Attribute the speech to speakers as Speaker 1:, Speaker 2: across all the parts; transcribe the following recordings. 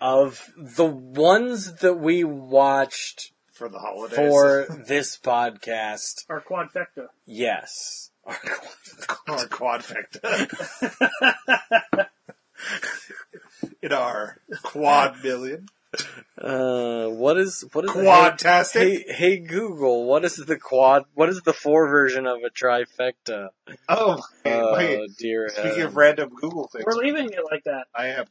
Speaker 1: of the ones that we watched
Speaker 2: for the holidays.
Speaker 1: for this podcast.
Speaker 3: Our quadfecta.
Speaker 1: Yes.
Speaker 2: or quadfecta. In our quad million.
Speaker 1: Uh, what is what is Hey,
Speaker 2: Quadtastic.
Speaker 1: hey, hey Google, what is the quad? What is the four version of a trifecta?
Speaker 2: Oh,
Speaker 1: Oh
Speaker 2: wait.
Speaker 1: dear.
Speaker 2: Speaking
Speaker 1: heavens.
Speaker 2: of random Google things,
Speaker 3: We're leaving it like that.
Speaker 2: I have.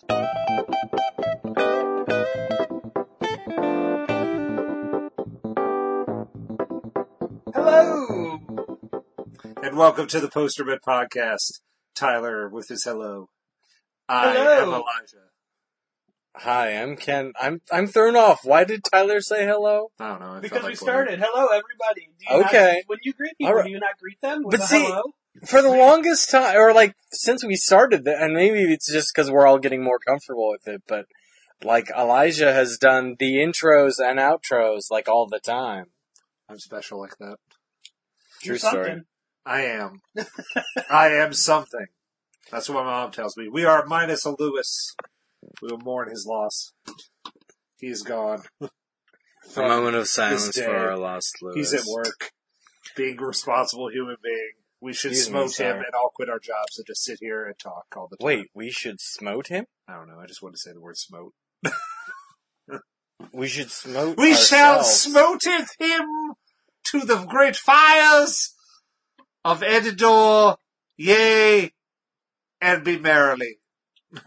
Speaker 2: Hello! And welcome to the Poster Bit Podcast. Tyler with his hello. I
Speaker 3: Hello.
Speaker 2: am Elijah.
Speaker 1: Hi, I'm Ken. I'm I'm thrown off. Why did Tyler say hello?
Speaker 2: I don't know. it
Speaker 3: Because
Speaker 2: felt
Speaker 3: we
Speaker 2: like
Speaker 3: started. Hello, everybody. Do you
Speaker 1: Okay.
Speaker 3: Not, when you greet people,
Speaker 1: All right.
Speaker 3: do you not greet them with
Speaker 1: But
Speaker 3: a
Speaker 1: see-
Speaker 3: hello?
Speaker 1: For the longest time, or like since we started, the, and maybe it's just because we're all getting more comfortable with it, but like Elijah has done the intros and outros like all the time.
Speaker 2: I'm special like that.
Speaker 1: True
Speaker 3: You're
Speaker 1: story.
Speaker 3: something.
Speaker 2: I am. I am something. That's what my mom tells me. We are minus a Lewis. We will mourn his loss. He's gone.
Speaker 1: A moment of silence
Speaker 2: This day,
Speaker 1: for our lost Lewis.
Speaker 2: He's at work, being a responsible human being. We should
Speaker 1: He's
Speaker 2: smoke
Speaker 1: inside.
Speaker 2: him and all quit our jobs and just sit here and talk all the time.
Speaker 1: Wait, we should smote him.
Speaker 2: I don't know. I just want to say the word smote.
Speaker 1: We should smote.
Speaker 2: We shall
Speaker 1: ourselves.
Speaker 2: smoteth him to the great fires of Edidor, yea, and be merrily.
Speaker 3: All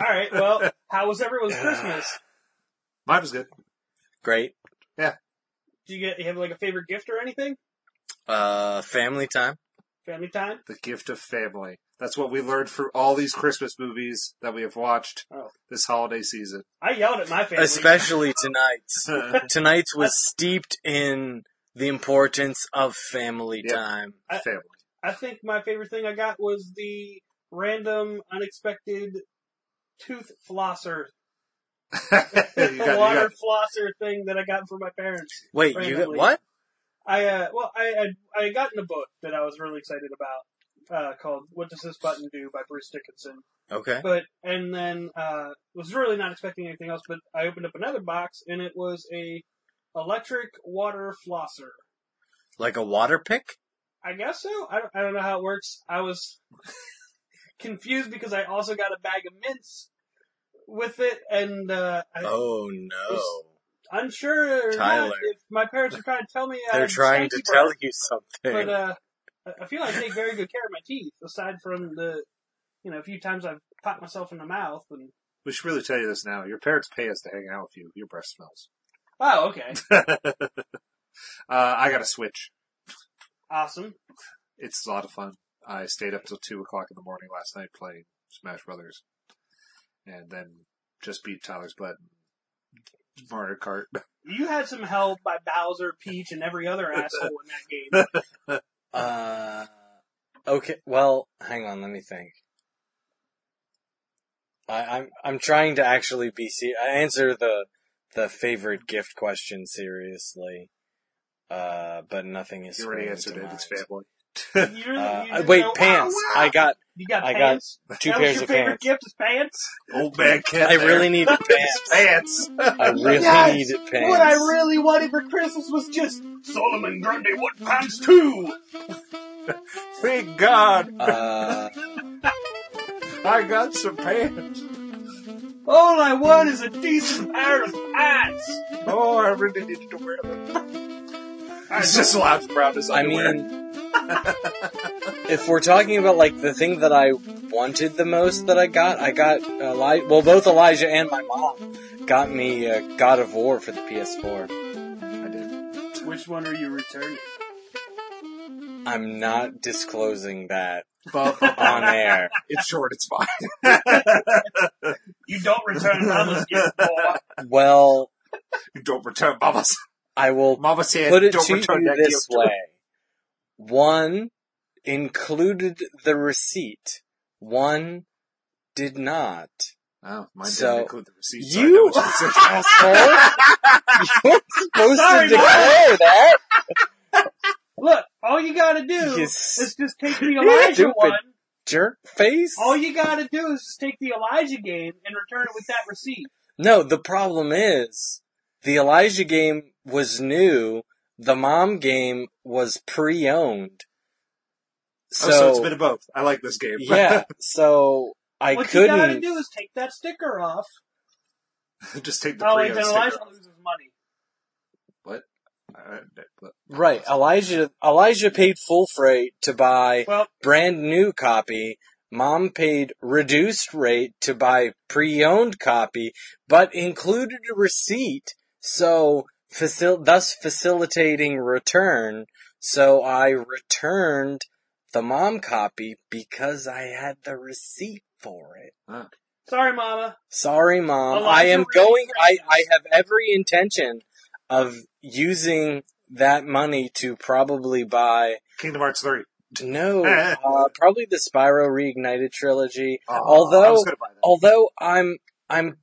Speaker 3: right. Well, how was everyone's Christmas?
Speaker 2: Mine was good.
Speaker 1: Great.
Speaker 3: Do you get you have like a favorite gift or anything?
Speaker 1: Uh, family time.
Speaker 3: Family time.
Speaker 2: The gift of family. That's what we learned through all these Christmas movies that we have watched
Speaker 3: Oh.
Speaker 2: this holiday season.
Speaker 3: I yelled at my family.
Speaker 1: Especially tonight's. tonight's was steeped in the importance of family
Speaker 2: Yep.
Speaker 1: time.
Speaker 3: I-
Speaker 2: family.
Speaker 3: I think my favorite thing I got was the random, unexpected tooth flosser,
Speaker 2: you got, you
Speaker 3: water
Speaker 2: got
Speaker 3: flosser thing that I got from my parents.
Speaker 1: Wait, you got
Speaker 3: Randomly.
Speaker 1: what?
Speaker 3: I uh, well, I I, I had gotten a book that I was really excited about uh, called "What Does This Button Do" by Bruce Dickinson.
Speaker 1: Okay.
Speaker 3: But and then uh, was really not expecting anything else. But I opened up another box and it was a electric water flosser.
Speaker 1: Like a water pick?
Speaker 3: I guess so. I don't, I don't know how it works. I was confused because I also got a bag of mints with it, and uh, I,
Speaker 1: Oh no.
Speaker 3: unsure or not
Speaker 1: Tyler.
Speaker 3: if my parents are trying to tell me. I
Speaker 1: They're
Speaker 3: had
Speaker 1: trying to
Speaker 3: skanky
Speaker 1: tell
Speaker 3: breath,
Speaker 1: you
Speaker 3: But
Speaker 1: something.
Speaker 3: uh, I- I feel I take very good care of my teeth, aside from the, you know, a few times I've popped myself in the mouth and.
Speaker 2: we should really tell you this now. Your parents pay us to hang out with you. Your breath smells.
Speaker 3: Oh, okay,
Speaker 2: Uh, I got a Switch.
Speaker 3: awesome.
Speaker 2: It's a lot of fun. I stayed up till 2 o'clock in the morning last night playing Smash Brothers. And then just beat Tyler's butt. in Mario Kart.
Speaker 3: You had some help by Bowser, Peach, and every other asshole in that game.
Speaker 1: Uh, okay, well, hang on, let me think. I, I'm I'm trying to actually be se- I answer the the favorite gift question seriously. Uh, but nothing is
Speaker 2: You already
Speaker 1: springing to
Speaker 2: answered it. It's
Speaker 1: mind.
Speaker 2: family.
Speaker 3: You really, you
Speaker 1: Uh,
Speaker 3: didn't
Speaker 1: wait,
Speaker 3: know-
Speaker 1: pants.
Speaker 3: Oh, wow.
Speaker 1: I got
Speaker 3: You got
Speaker 1: I got
Speaker 3: pants.
Speaker 1: two
Speaker 3: that
Speaker 1: pairs
Speaker 3: was your
Speaker 1: of
Speaker 3: favorite
Speaker 1: pants.
Speaker 3: gift is pants.
Speaker 2: Old man Ken.
Speaker 1: I
Speaker 2: there.
Speaker 1: really need pants.
Speaker 2: pants.
Speaker 3: Oh
Speaker 1: I really
Speaker 3: Yes!
Speaker 1: need pants.
Speaker 3: What I really wanted for Christmas was just Solomon Grundy wood pants too.
Speaker 2: Thank God,
Speaker 1: uh,
Speaker 2: I got some pants.
Speaker 3: All I want is a decent pair of pants.
Speaker 2: Oh, I really needed to wear them. It's just loud proudest
Speaker 1: I
Speaker 2: underwear.
Speaker 1: mean, if we're talking about like the thing that I wanted the most that I got, I got Eli- well, both Elijah and my mom got me uh, God of War for the PS4.
Speaker 2: I did.
Speaker 3: Which one are you returning?
Speaker 1: I'm not disclosing that
Speaker 2: But
Speaker 1: on air.
Speaker 2: in short, uh-uh. it's fine.
Speaker 3: You don't return Mama's gift, boy.
Speaker 1: Well,
Speaker 2: You don't return Mama's.
Speaker 1: I will
Speaker 2: Mama said,
Speaker 1: put it
Speaker 2: don't
Speaker 1: to
Speaker 2: return
Speaker 1: you
Speaker 2: that
Speaker 1: this
Speaker 2: gift.
Speaker 1: way. One included the receipt. One did not.
Speaker 2: Oh, mine
Speaker 1: So,
Speaker 2: didn't include the receipt. so I
Speaker 1: you-
Speaker 2: know what you said.
Speaker 1: Asshole! You're supposed to
Speaker 3: Sorry,
Speaker 1: declare that.
Speaker 3: Look, all you gotta do
Speaker 1: You
Speaker 3: is just take the
Speaker 1: You're
Speaker 3: Elijah
Speaker 1: stupid.
Speaker 3: one.
Speaker 1: Jerk face.
Speaker 3: Oh, All you gotta do is just take the Elijah game and return it with that receipt.
Speaker 1: No, the problem is the Elijah game was new. The mom game was pre-owned.
Speaker 2: So,
Speaker 1: So,
Speaker 2: oh, so it's a bit of both. I like this game.
Speaker 1: yeah, so I
Speaker 3: what you gotta
Speaker 1: couldn't.
Speaker 3: do is take that sticker off.
Speaker 2: Just take the
Speaker 3: Oh,
Speaker 2: pre
Speaker 3: wait, then Elijah
Speaker 2: sticker. off.
Speaker 3: loses money.
Speaker 2: Uh, but-
Speaker 1: Right, Elijah. Elijah paid full freight to buy
Speaker 3: Well,
Speaker 1: brand new copy. Mom paid reduced rate to buy pre-owned copy, but included a receipt, so facil- thus facilitating return. So I returned the mom copy because I had the receipt for it.
Speaker 3: sorry, Mama.
Speaker 1: Sorry, mom.
Speaker 3: Elijah
Speaker 1: I am
Speaker 3: really
Speaker 1: going. I,
Speaker 3: crazy.
Speaker 1: I have every intention of using that money to probably buy
Speaker 2: Kingdom Hearts 3.
Speaker 1: no, uh, probably the Spyro Reignited trilogy.
Speaker 2: Aw, Uh, I
Speaker 1: Although,
Speaker 2: was gonna buy that.
Speaker 1: although I'm I'm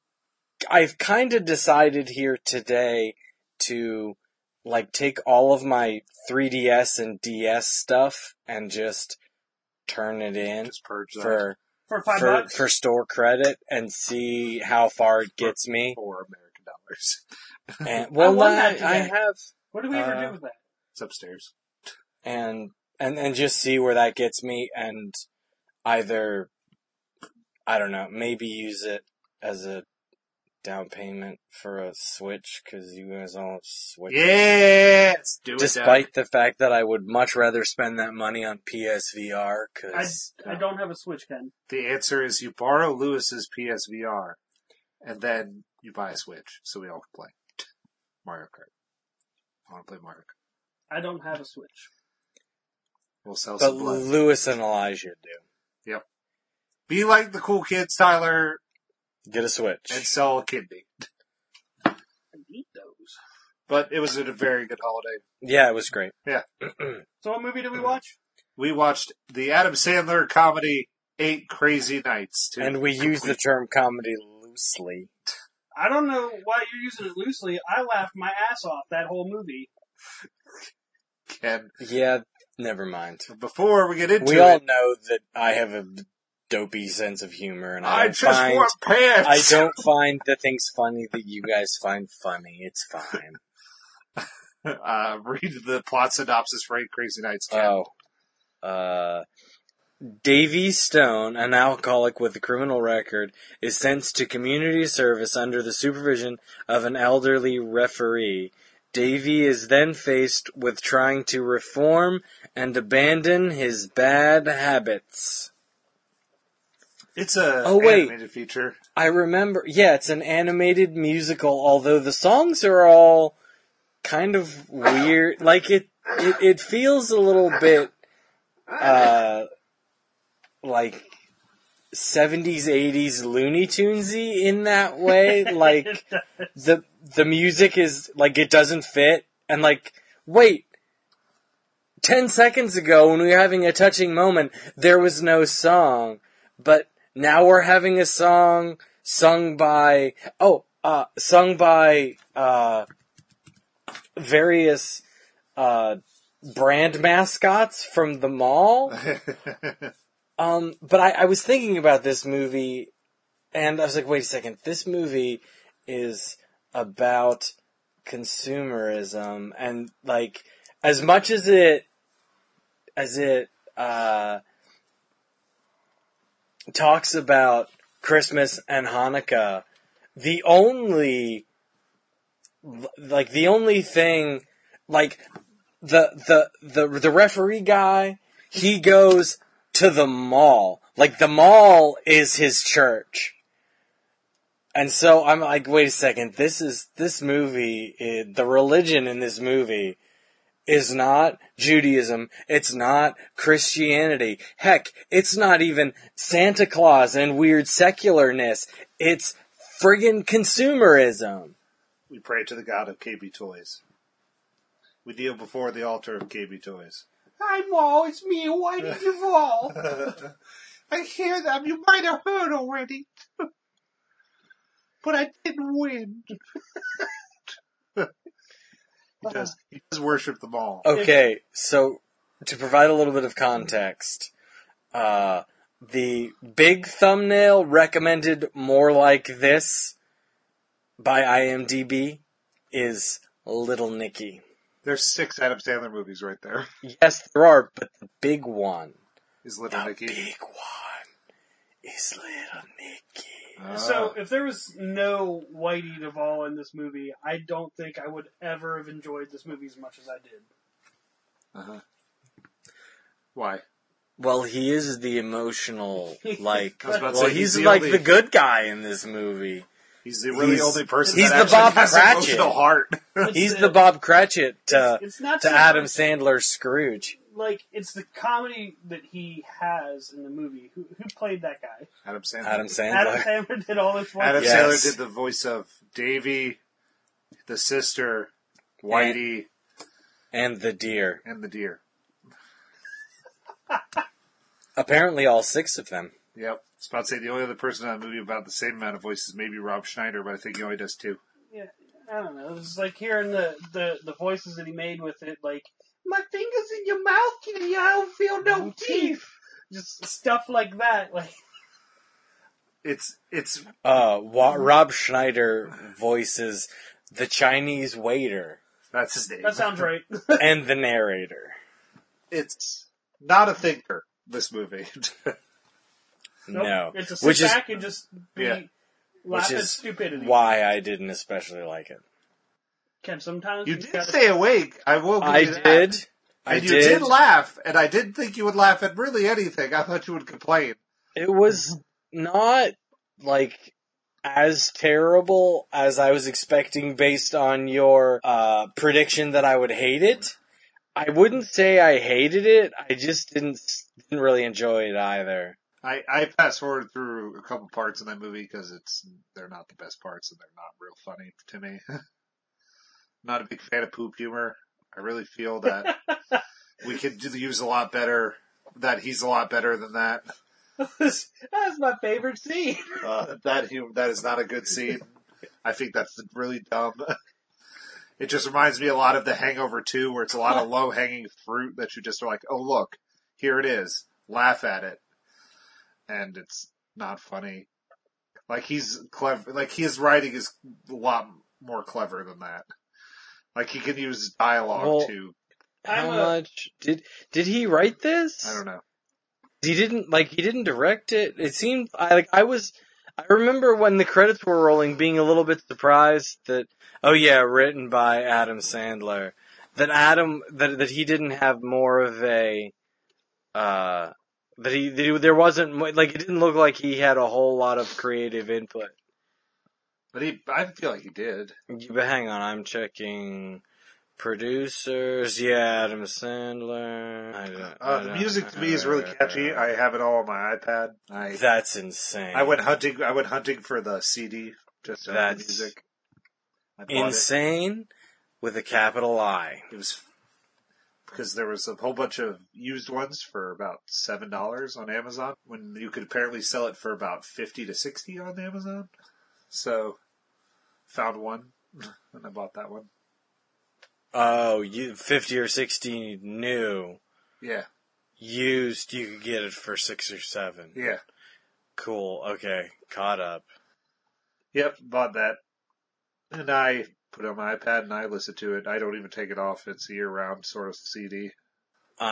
Speaker 1: I've kind of decided here today to like take all of my 3DS and DS stuff and just turn it in
Speaker 2: Just uh, purge that.
Speaker 1: for
Speaker 3: For five
Speaker 1: for,
Speaker 3: bucks.
Speaker 1: for store credit and see how far it gets me.
Speaker 2: four American dollars.
Speaker 1: And, well,
Speaker 3: won
Speaker 1: I,
Speaker 3: that today.
Speaker 1: I have
Speaker 3: What do we ever
Speaker 1: uh,
Speaker 3: do with that?
Speaker 2: It's upstairs.
Speaker 1: and and and just see where that gets me, and either I don't know, maybe use it as a down payment for a Switch because you guys all have Switch.
Speaker 2: Yes, do it. Doug.
Speaker 1: Despite the fact that I would much rather spend that money on PSVR,
Speaker 3: I,
Speaker 1: because
Speaker 3: I don't have a Switch, Ken.
Speaker 2: the answer is you borrow Lewis's PSVR, and then you buy a Switch, so we all can play Mario Kart. I want to play Mario. Kart.
Speaker 3: I don't have a Switch.
Speaker 2: We'll sell
Speaker 1: but
Speaker 2: some blood.
Speaker 1: Lewis and Elijah do
Speaker 2: Be like the cool kids, Tyler,
Speaker 1: get a Switch.
Speaker 2: and sell a kidney.
Speaker 3: I need those.
Speaker 2: But it was a very good holiday.
Speaker 1: yeah, it was great.
Speaker 3: So what movie did
Speaker 1: Hmm.
Speaker 3: we watch?
Speaker 2: We watched the Adam Sandler comedy Eight Crazy Nights. to
Speaker 1: and we use the
Speaker 2: complete-
Speaker 1: term comedy loosely.
Speaker 3: I don't know why you're using it loosely. I laughed my ass off that whole movie.
Speaker 2: Ken.
Speaker 1: Yeah, never mind.
Speaker 2: Before we get into
Speaker 1: We all
Speaker 2: it,
Speaker 1: know that I have a dopey sense of humor, and I,
Speaker 2: I
Speaker 1: don't
Speaker 2: just
Speaker 1: find
Speaker 2: want pants.
Speaker 1: I don't find the things funny that you guys find funny. It's fine.
Speaker 2: uh, read the plot synopsis for Eight Crazy Nights. Ken.
Speaker 1: Oh, uh, Davy Stone, an alcoholic with a criminal record, is sent to community service under the supervision of an elderly referee. Davy is then faced with trying to reform and abandon his bad habits.
Speaker 2: It's a
Speaker 1: Oh, wait.
Speaker 2: animated feature.
Speaker 1: I remember. Yeah, it's an animated musical, although the songs are all kind of weird. Like it, it, it feels a little bit uh, like seventies, eighties Looney Tunesy in that way. Like the the music is like it doesn't fit, and like wait. Ten seconds ago, when we were having a touching moment, there was no song, but now we're having a song sung by oh, uh, sung by uh, various uh, brand mascots from the mall. Um, but I, I was thinking about this movie, and I was like, wait a second, this movie is about consumerism, and like, as much as it, as it, uh, talks about Christmas and Hanukkah, the only, like, the only thing, like, the, the, the, the referee guy, he goes to the mall. Like the mall is his church. And so I'm like, wait a second. This is this movie. i- the religion in this movie is not Judaism. It's not Christianity. Heck, it's not even Santa Claus and weird secularness. It's friggin' consumerism.
Speaker 2: We pray to the God of KB Toys. We kneel before the altar of KB Toys.
Speaker 3: Hi, Wall. It's me. Why did you fall?
Speaker 2: I hear them. You might have heard already. but I didn't win. he
Speaker 1: Uh-huh.
Speaker 2: does. He does worship them all.
Speaker 1: Oh. Okay, so to provide a little bit of context, uh, the big thumbnail recommended more like this by IMDb is Little Nicky.
Speaker 2: There's six Adam Sandler movies right there.
Speaker 1: Yes, there are, but the big one,
Speaker 2: Is Little
Speaker 1: the
Speaker 2: Nicky?
Speaker 1: big one, is Little Nicky.
Speaker 2: Ah.
Speaker 3: Uh, So if there was no Whitey Duvall in this movie, I don't think I would ever have enjoyed this movie as much as I did.
Speaker 2: Uh-huh. Why?
Speaker 1: Well, he is the emotional, like.
Speaker 2: I was about to
Speaker 1: well,
Speaker 2: say,
Speaker 1: he's,
Speaker 2: he's the
Speaker 1: like
Speaker 2: only-
Speaker 1: the good guy in this movie.
Speaker 2: He's the really
Speaker 1: He's-
Speaker 2: only person.
Speaker 1: he's
Speaker 2: that
Speaker 1: the
Speaker 2: actually
Speaker 1: Bob
Speaker 2: has
Speaker 1: Cratchit.
Speaker 2: Emotional heart.
Speaker 3: It's
Speaker 1: He's the Bob Cratchit to,
Speaker 3: it's, it's not
Speaker 1: to
Speaker 3: so
Speaker 1: Adam
Speaker 3: much,
Speaker 1: Sandler Scrooge.
Speaker 3: Like it's the comedy that he has in the movie. Who who played that guy?
Speaker 2: Adam Sandler.
Speaker 1: Adam
Speaker 3: Adam
Speaker 1: Sandler.
Speaker 3: Sandler did all this. for
Speaker 2: Adam
Speaker 3: him.
Speaker 1: Yeah. Yes.
Speaker 2: Sandler did the voice of Davy, the sister, Whitey,
Speaker 1: And the deer.
Speaker 2: and, the deer.
Speaker 1: Apparently, all six of them.
Speaker 2: Yep. I was about to say the only other person in that movie about the same amount of voices maybe Rob Schneider, but I think he only does two.
Speaker 3: I don't know. It was like hearing the, the, the voices that he made with it, like, my finger's in your mouth, kitty, I don't feel no teeth. Just stuff like that. Like,
Speaker 2: It's it's
Speaker 1: Uh, Wa- Rob Schneider voices the Chinese waiter
Speaker 2: that's his name.
Speaker 3: that sounds right.
Speaker 1: and the narrator.
Speaker 2: it's not a thinker. This movie.
Speaker 3: Nope.
Speaker 1: No,
Speaker 3: It's a sit
Speaker 1: which is
Speaker 3: back and just be,
Speaker 2: Yeah.
Speaker 3: laugh
Speaker 1: Which
Speaker 3: at
Speaker 1: is
Speaker 3: stupidity.
Speaker 1: why I didn't especially like it.
Speaker 3: Ken, sometimes
Speaker 2: you
Speaker 3: you've
Speaker 2: did
Speaker 3: gotta-
Speaker 2: stay awake. I will. give
Speaker 1: I
Speaker 2: you that.
Speaker 1: did. I
Speaker 2: And you did.
Speaker 1: did.
Speaker 2: laugh, and I didn't think you would laugh at really anything. I thought you would complain.
Speaker 1: It was not like as terrible as I was expecting based on your uh, prediction that I would hate it. I wouldn't say I hated it. I just didn't didn't really enjoy it either.
Speaker 2: I, I fast forward through a couple parts in that movie because it's they're not the best parts and they're not real funny to me. not a big fan of poop humor. I really feel that we could do- use a lot better. That he's a lot better than that.
Speaker 3: That's my favorite scene.
Speaker 2: Uh, that humor, that is not a good scene. I think that's really dumb. It just reminds me a lot of The Hangover 2, where it's a lot of low hanging fruit that you just are like, oh look, here it is, laugh at it, and it's not funny. Like he's clever. Like his writing is a lot more clever than that. Like he can use dialogue
Speaker 1: Well-
Speaker 2: to.
Speaker 1: How
Speaker 3: I'm a-
Speaker 1: much did did he write this?
Speaker 2: I don't know.
Speaker 1: he didn't like he didn't direct it. It seemed I like I was I remember when the credits were rolling being a little bit surprised that oh yeah, written by Adam Sandler. That Adam that that he didn't have more of a uh that he, that he there wasn't mu- like it didn't look like he had a whole lot of creative input.
Speaker 2: But he, I feel like he did.
Speaker 1: But hang on, I'm checking producers. Yeah, Adam Sandler. I don't-
Speaker 2: Uh,
Speaker 1: I
Speaker 2: the
Speaker 1: don't-
Speaker 2: music to me is really catchy. I have it all on my iPad. I
Speaker 1: That's insane.
Speaker 2: I went hunting. I went hunting for the CD just of the
Speaker 1: That's
Speaker 2: music. I bought it.
Speaker 1: Insane with a capital I.
Speaker 2: It was because there was a whole bunch of used ones for about seven dollars on Amazon when you could apparently sell it for about fifty to sixty on Amazon. So found one and I bought that one.
Speaker 1: Oh, you 50 or 60 new.
Speaker 2: Yeah,
Speaker 1: Used, you could get it for 6 or 7.
Speaker 2: yeah,
Speaker 1: Cool. Okay. Caught up.
Speaker 2: yep. Bought that, and I put it on my iPad and I listen to it. I don't even take it off. It's a year-round sort of CD.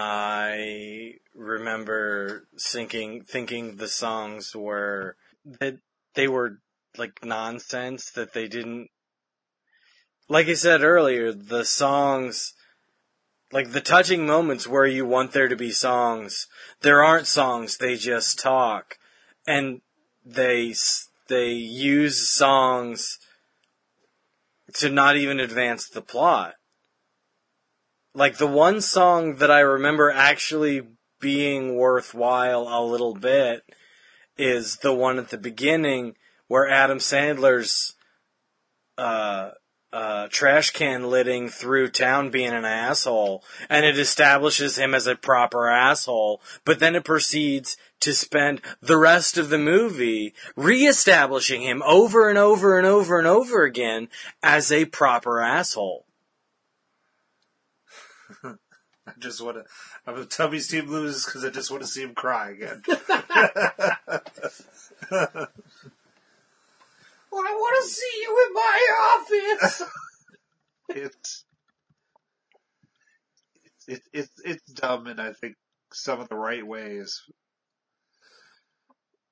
Speaker 1: I remember thinking thinking the songs were that they were like nonsense that they didn't like I said earlier, the songs like the touching moments where you want there to be songs, there aren't songs, they just talk and they s- they use songs to not even advance the plot like the one song that I remember actually being worthwhile a little bit is the one at the beginning where Adam Sandler's uh, uh, trash can litting through town being an asshole, and it establishes him as a proper asshole, but then it proceeds to spend the rest of the movie reestablishing him over and over and over and over again as a proper asshole.
Speaker 2: I just want to. I'm a Tubby's team loses because I just want to see him cry again.
Speaker 3: Well, I want to see you in my office.
Speaker 2: It's it's it's it's dumb in I think some of the right ways.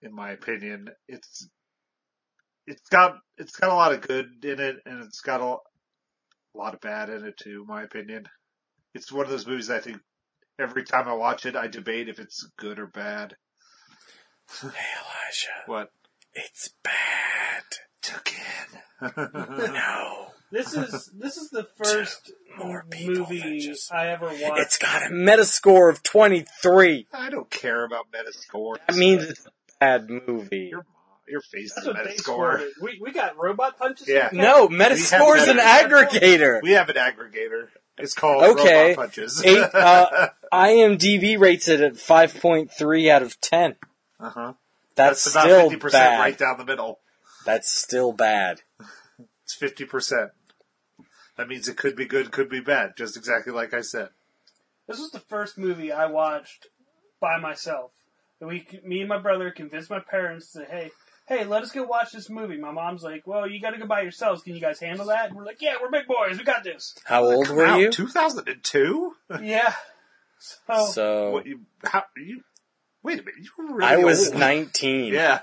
Speaker 2: In my opinion, it's it's got it's got a lot of good in it, and it's got a, a lot of bad in it too. in My opinion, it's one of those movies I think every time I watch it, I debate if it's good or bad.
Speaker 1: Hey, Elijah,
Speaker 2: What
Speaker 1: it's bad.
Speaker 2: again?
Speaker 1: No,
Speaker 3: this is this is the first
Speaker 1: more people than
Speaker 3: movie
Speaker 1: just-
Speaker 3: I ever watched.
Speaker 1: it's got a Metascore of 23.
Speaker 2: I don't care about Metascore.
Speaker 1: That means it's a bad movie.
Speaker 2: your your face
Speaker 3: That's
Speaker 2: is a
Speaker 3: what Metascore
Speaker 2: Metascore.
Speaker 3: is. We, we got robot punches.
Speaker 2: Yeah.
Speaker 3: Okay.
Speaker 1: No, Metascore's an aggregator.
Speaker 2: We have an aggregator. It's called
Speaker 1: Okay.
Speaker 2: Robot Punches.
Speaker 1: Eight, uh, IMDb rates it at 5.3 out of 10.
Speaker 2: uh-huh.
Speaker 1: That's,
Speaker 2: That's about
Speaker 1: still
Speaker 2: fifty percent
Speaker 1: bad.
Speaker 2: right down the middle.
Speaker 1: That's still bad.
Speaker 2: It's fifty percent. That means it could be good, could be bad, just exactly like I said.
Speaker 3: This was the first movie I watched by myself. We, me and my brother convinced my parents that hey, hey, let us go watch this movie. My mom's like, well, you got to go by yourselves. Can you guys handle that? And we're like, yeah, we're big boys. We got this.
Speaker 1: How old were you?
Speaker 2: Two thousand and two.
Speaker 3: yeah. So,
Speaker 1: So
Speaker 2: What you? How you? Wait a minute. You were really
Speaker 1: Oh. I was
Speaker 2: old.
Speaker 1: 19.
Speaker 2: Yeah.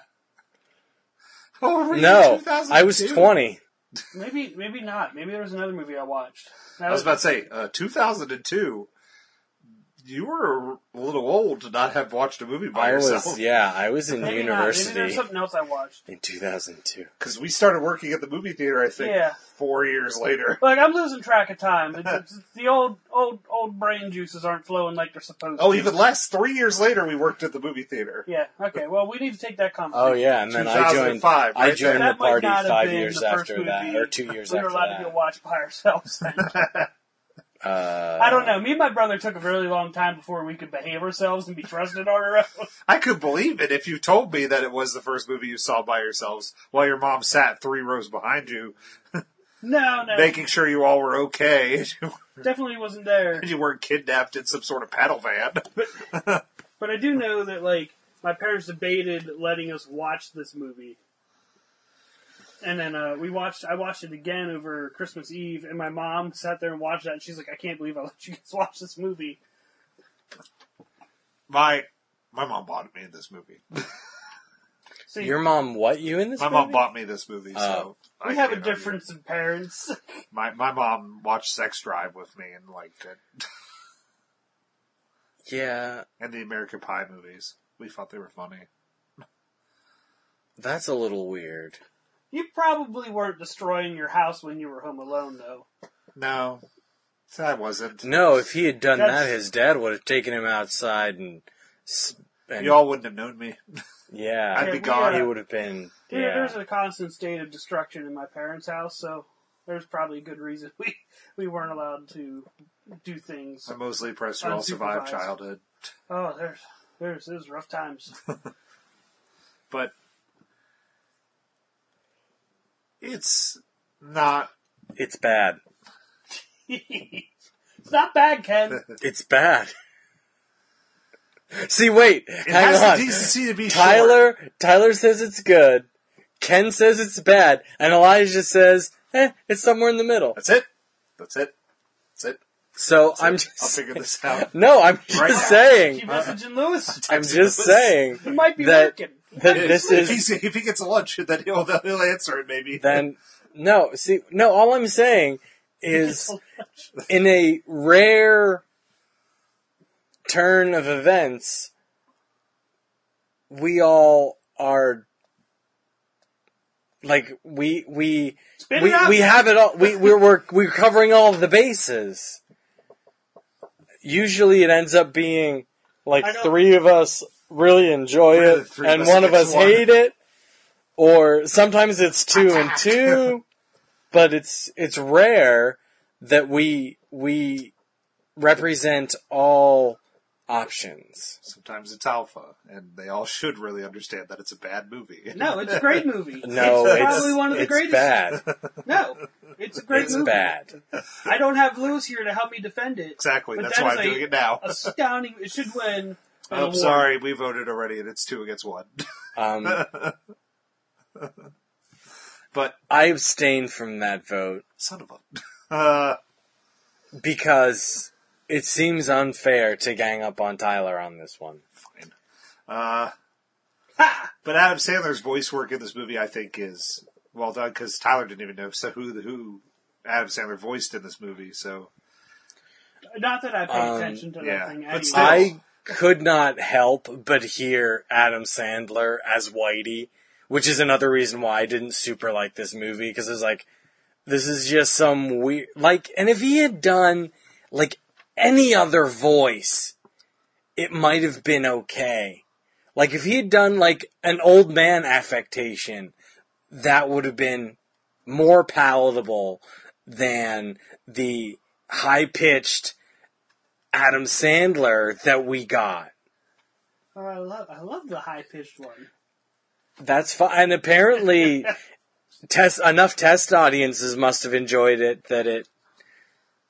Speaker 2: How old were you in
Speaker 1: No, I was
Speaker 2: 2002?
Speaker 1: 20.
Speaker 3: maybe maybe not. Maybe there was another movie I watched. That
Speaker 2: I was about to say, uh, 2002. You were a little old to not have watched a movie
Speaker 1: I
Speaker 2: by yourself.
Speaker 1: was yeah, I was in
Speaker 3: maybe not. Maybe there was
Speaker 1: university
Speaker 3: something else I watched.
Speaker 1: in 2002.
Speaker 2: Because we started working at the movie theater, I think,
Speaker 3: Yeah.
Speaker 2: four years later.
Speaker 3: Like I'm losing track of time. It's, it's, the old old old brain juices aren't flowing like they're supposed
Speaker 2: Oh,
Speaker 3: to.
Speaker 2: even less. Three years later, we worked at the movie theater.
Speaker 3: Yeah. Okay. Well, we need to take that conversation.
Speaker 1: Oh yeah, and then I joined
Speaker 2: 2005,
Speaker 1: I
Speaker 2: right
Speaker 1: joined
Speaker 2: there.
Speaker 1: the
Speaker 3: That might
Speaker 1: party
Speaker 3: not have
Speaker 1: 5
Speaker 3: been
Speaker 1: years
Speaker 3: the first
Speaker 1: after that
Speaker 3: movie
Speaker 1: or 2 years
Speaker 3: we were
Speaker 1: after
Speaker 3: allowed to go
Speaker 1: that.
Speaker 3: watch by ourselves. then.
Speaker 1: Uh,
Speaker 3: I don't know. Me and my brother took a really long time before we could behave ourselves and be trusted on our own.
Speaker 2: I could believe it if you told me that it was the first movie you saw by yourselves while your mom sat three rows behind you,
Speaker 3: No, no,
Speaker 2: making sure you all were okay
Speaker 3: definitely wasn't there.
Speaker 2: and you weren't kidnapped in some sort of paddle van.
Speaker 3: But I do know that like my parents debated letting us watch this movie. And then uh, we watched. I watched it again over Christmas Eve, and my mom sat there and watched that. And she's like, "I can't believe I let you guys watch this movie."
Speaker 2: My my mom bought me this movie.
Speaker 3: See,
Speaker 1: your mom what you in this
Speaker 2: My
Speaker 1: movie?
Speaker 2: mom bought me this movie,
Speaker 1: Oh.
Speaker 2: so
Speaker 3: we
Speaker 2: I
Speaker 3: have a
Speaker 2: can't argue.
Speaker 3: difference in parents.
Speaker 2: My my mom watched Sex Drive with me and liked it,
Speaker 1: Yeah,
Speaker 2: and the American Pie movies. We thought they were funny.
Speaker 1: that's a little weird.
Speaker 3: you probably weren't destroying your house when you were home alone, though.
Speaker 2: No, I wasn't.
Speaker 1: No, if he had done
Speaker 3: That's-
Speaker 1: that, his dad would have taken him outside and s- and
Speaker 2: Y'all wouldn't have known me.
Speaker 1: yeah,
Speaker 2: I'd be
Speaker 3: we,
Speaker 2: gone.
Speaker 1: he
Speaker 3: uh,
Speaker 1: would have been
Speaker 3: There,
Speaker 1: yeah.
Speaker 3: There's a constant state of destruction in my parents' house, so there's probably a good reason we we weren't allowed to do things.
Speaker 2: I mostly pressed you all survived
Speaker 3: Unsupervised.
Speaker 2: childhood,
Speaker 3: Oh, there's there's there's rough times.
Speaker 2: but it's not.
Speaker 1: It's bad.
Speaker 3: it's not bad, Ken.
Speaker 1: It's bad. See, wait,
Speaker 2: It
Speaker 1: hang
Speaker 2: has
Speaker 1: on.
Speaker 2: the decency to be short.
Speaker 1: Tyler, Tyler says it's good. Ken says it's bad, and Elijah says, "Eh, it's somewhere in the middle."
Speaker 2: That's it. That's it. That's it.
Speaker 1: So I'm
Speaker 2: I'll
Speaker 1: just
Speaker 2: figure this out.
Speaker 1: no, I'm just
Speaker 2: Right now.
Speaker 1: saying,
Speaker 3: Keep messaging Lewis.
Speaker 1: I'm just saying
Speaker 3: You might be
Speaker 1: that
Speaker 3: working.
Speaker 1: that
Speaker 2: If-
Speaker 1: this
Speaker 2: if,
Speaker 1: is
Speaker 2: he's- if he gets a lunch, then he'll, he'll answer it. Maybe
Speaker 1: then no. See, no. All I'm saying is in a rare turn of events, we all are like we we
Speaker 3: Spit
Speaker 1: we,
Speaker 3: it out.
Speaker 1: we have it all. We we're, we're we're covering all of the bases. Usually, it ends up being like
Speaker 3: I know.
Speaker 1: three of us really enjoy
Speaker 2: Really,
Speaker 1: it,
Speaker 2: three of
Speaker 1: and
Speaker 2: us
Speaker 1: one of
Speaker 2: against
Speaker 1: us
Speaker 2: one.
Speaker 1: hate it, or sometimes it's two and
Speaker 2: Attack.
Speaker 1: two. But it's it's rare that we we represent all options.
Speaker 2: sometimes it's alpha, and they all should really understand that it's a bad movie.
Speaker 3: No, it's a great movie.
Speaker 1: No,
Speaker 3: it's
Speaker 1: it's
Speaker 3: probably one of the
Speaker 1: it's
Speaker 3: greatest.
Speaker 1: bad.
Speaker 3: No, it's a great
Speaker 1: It's
Speaker 3: movie.
Speaker 1: bad.
Speaker 3: I don't have Lewis here to help me defend it.
Speaker 2: Exactly.
Speaker 3: But
Speaker 2: That's
Speaker 3: that
Speaker 2: why
Speaker 3: is
Speaker 2: I'm
Speaker 3: a-
Speaker 2: doing it now.
Speaker 3: Astounding! It should win. an
Speaker 2: I'm
Speaker 3: award.
Speaker 2: sorry, we voted already, and it's two against one.
Speaker 1: Um,
Speaker 2: But
Speaker 1: I abstained from that vote
Speaker 2: son of a. Uh,
Speaker 1: because it seems unfair to gang up on Tyler on this one.
Speaker 2: fine. Uh, ha! But Adam Sandler's voice work in this movie, I think, is well done because Tyler didn't even know so who who Adam Sandler voiced in this movie. So
Speaker 3: Not that I paid
Speaker 1: Um,
Speaker 3: attention to
Speaker 2: yeah,
Speaker 3: that thing.
Speaker 2: but
Speaker 3: anyway.
Speaker 2: still-
Speaker 1: I could not help but hear Adam Sandler as Whitey, which is another reason why I didn't super like this movie because it's like this is just some weird like and if he had done like any other voice it might have been okay. Like if he had done like an old man affectation that would have been more palatable than the high pitched Adam Sandler that we got.
Speaker 3: Oh, I love I love the high pitched one.
Speaker 1: That's fine. And apparently, test enough test audiences must have enjoyed it that it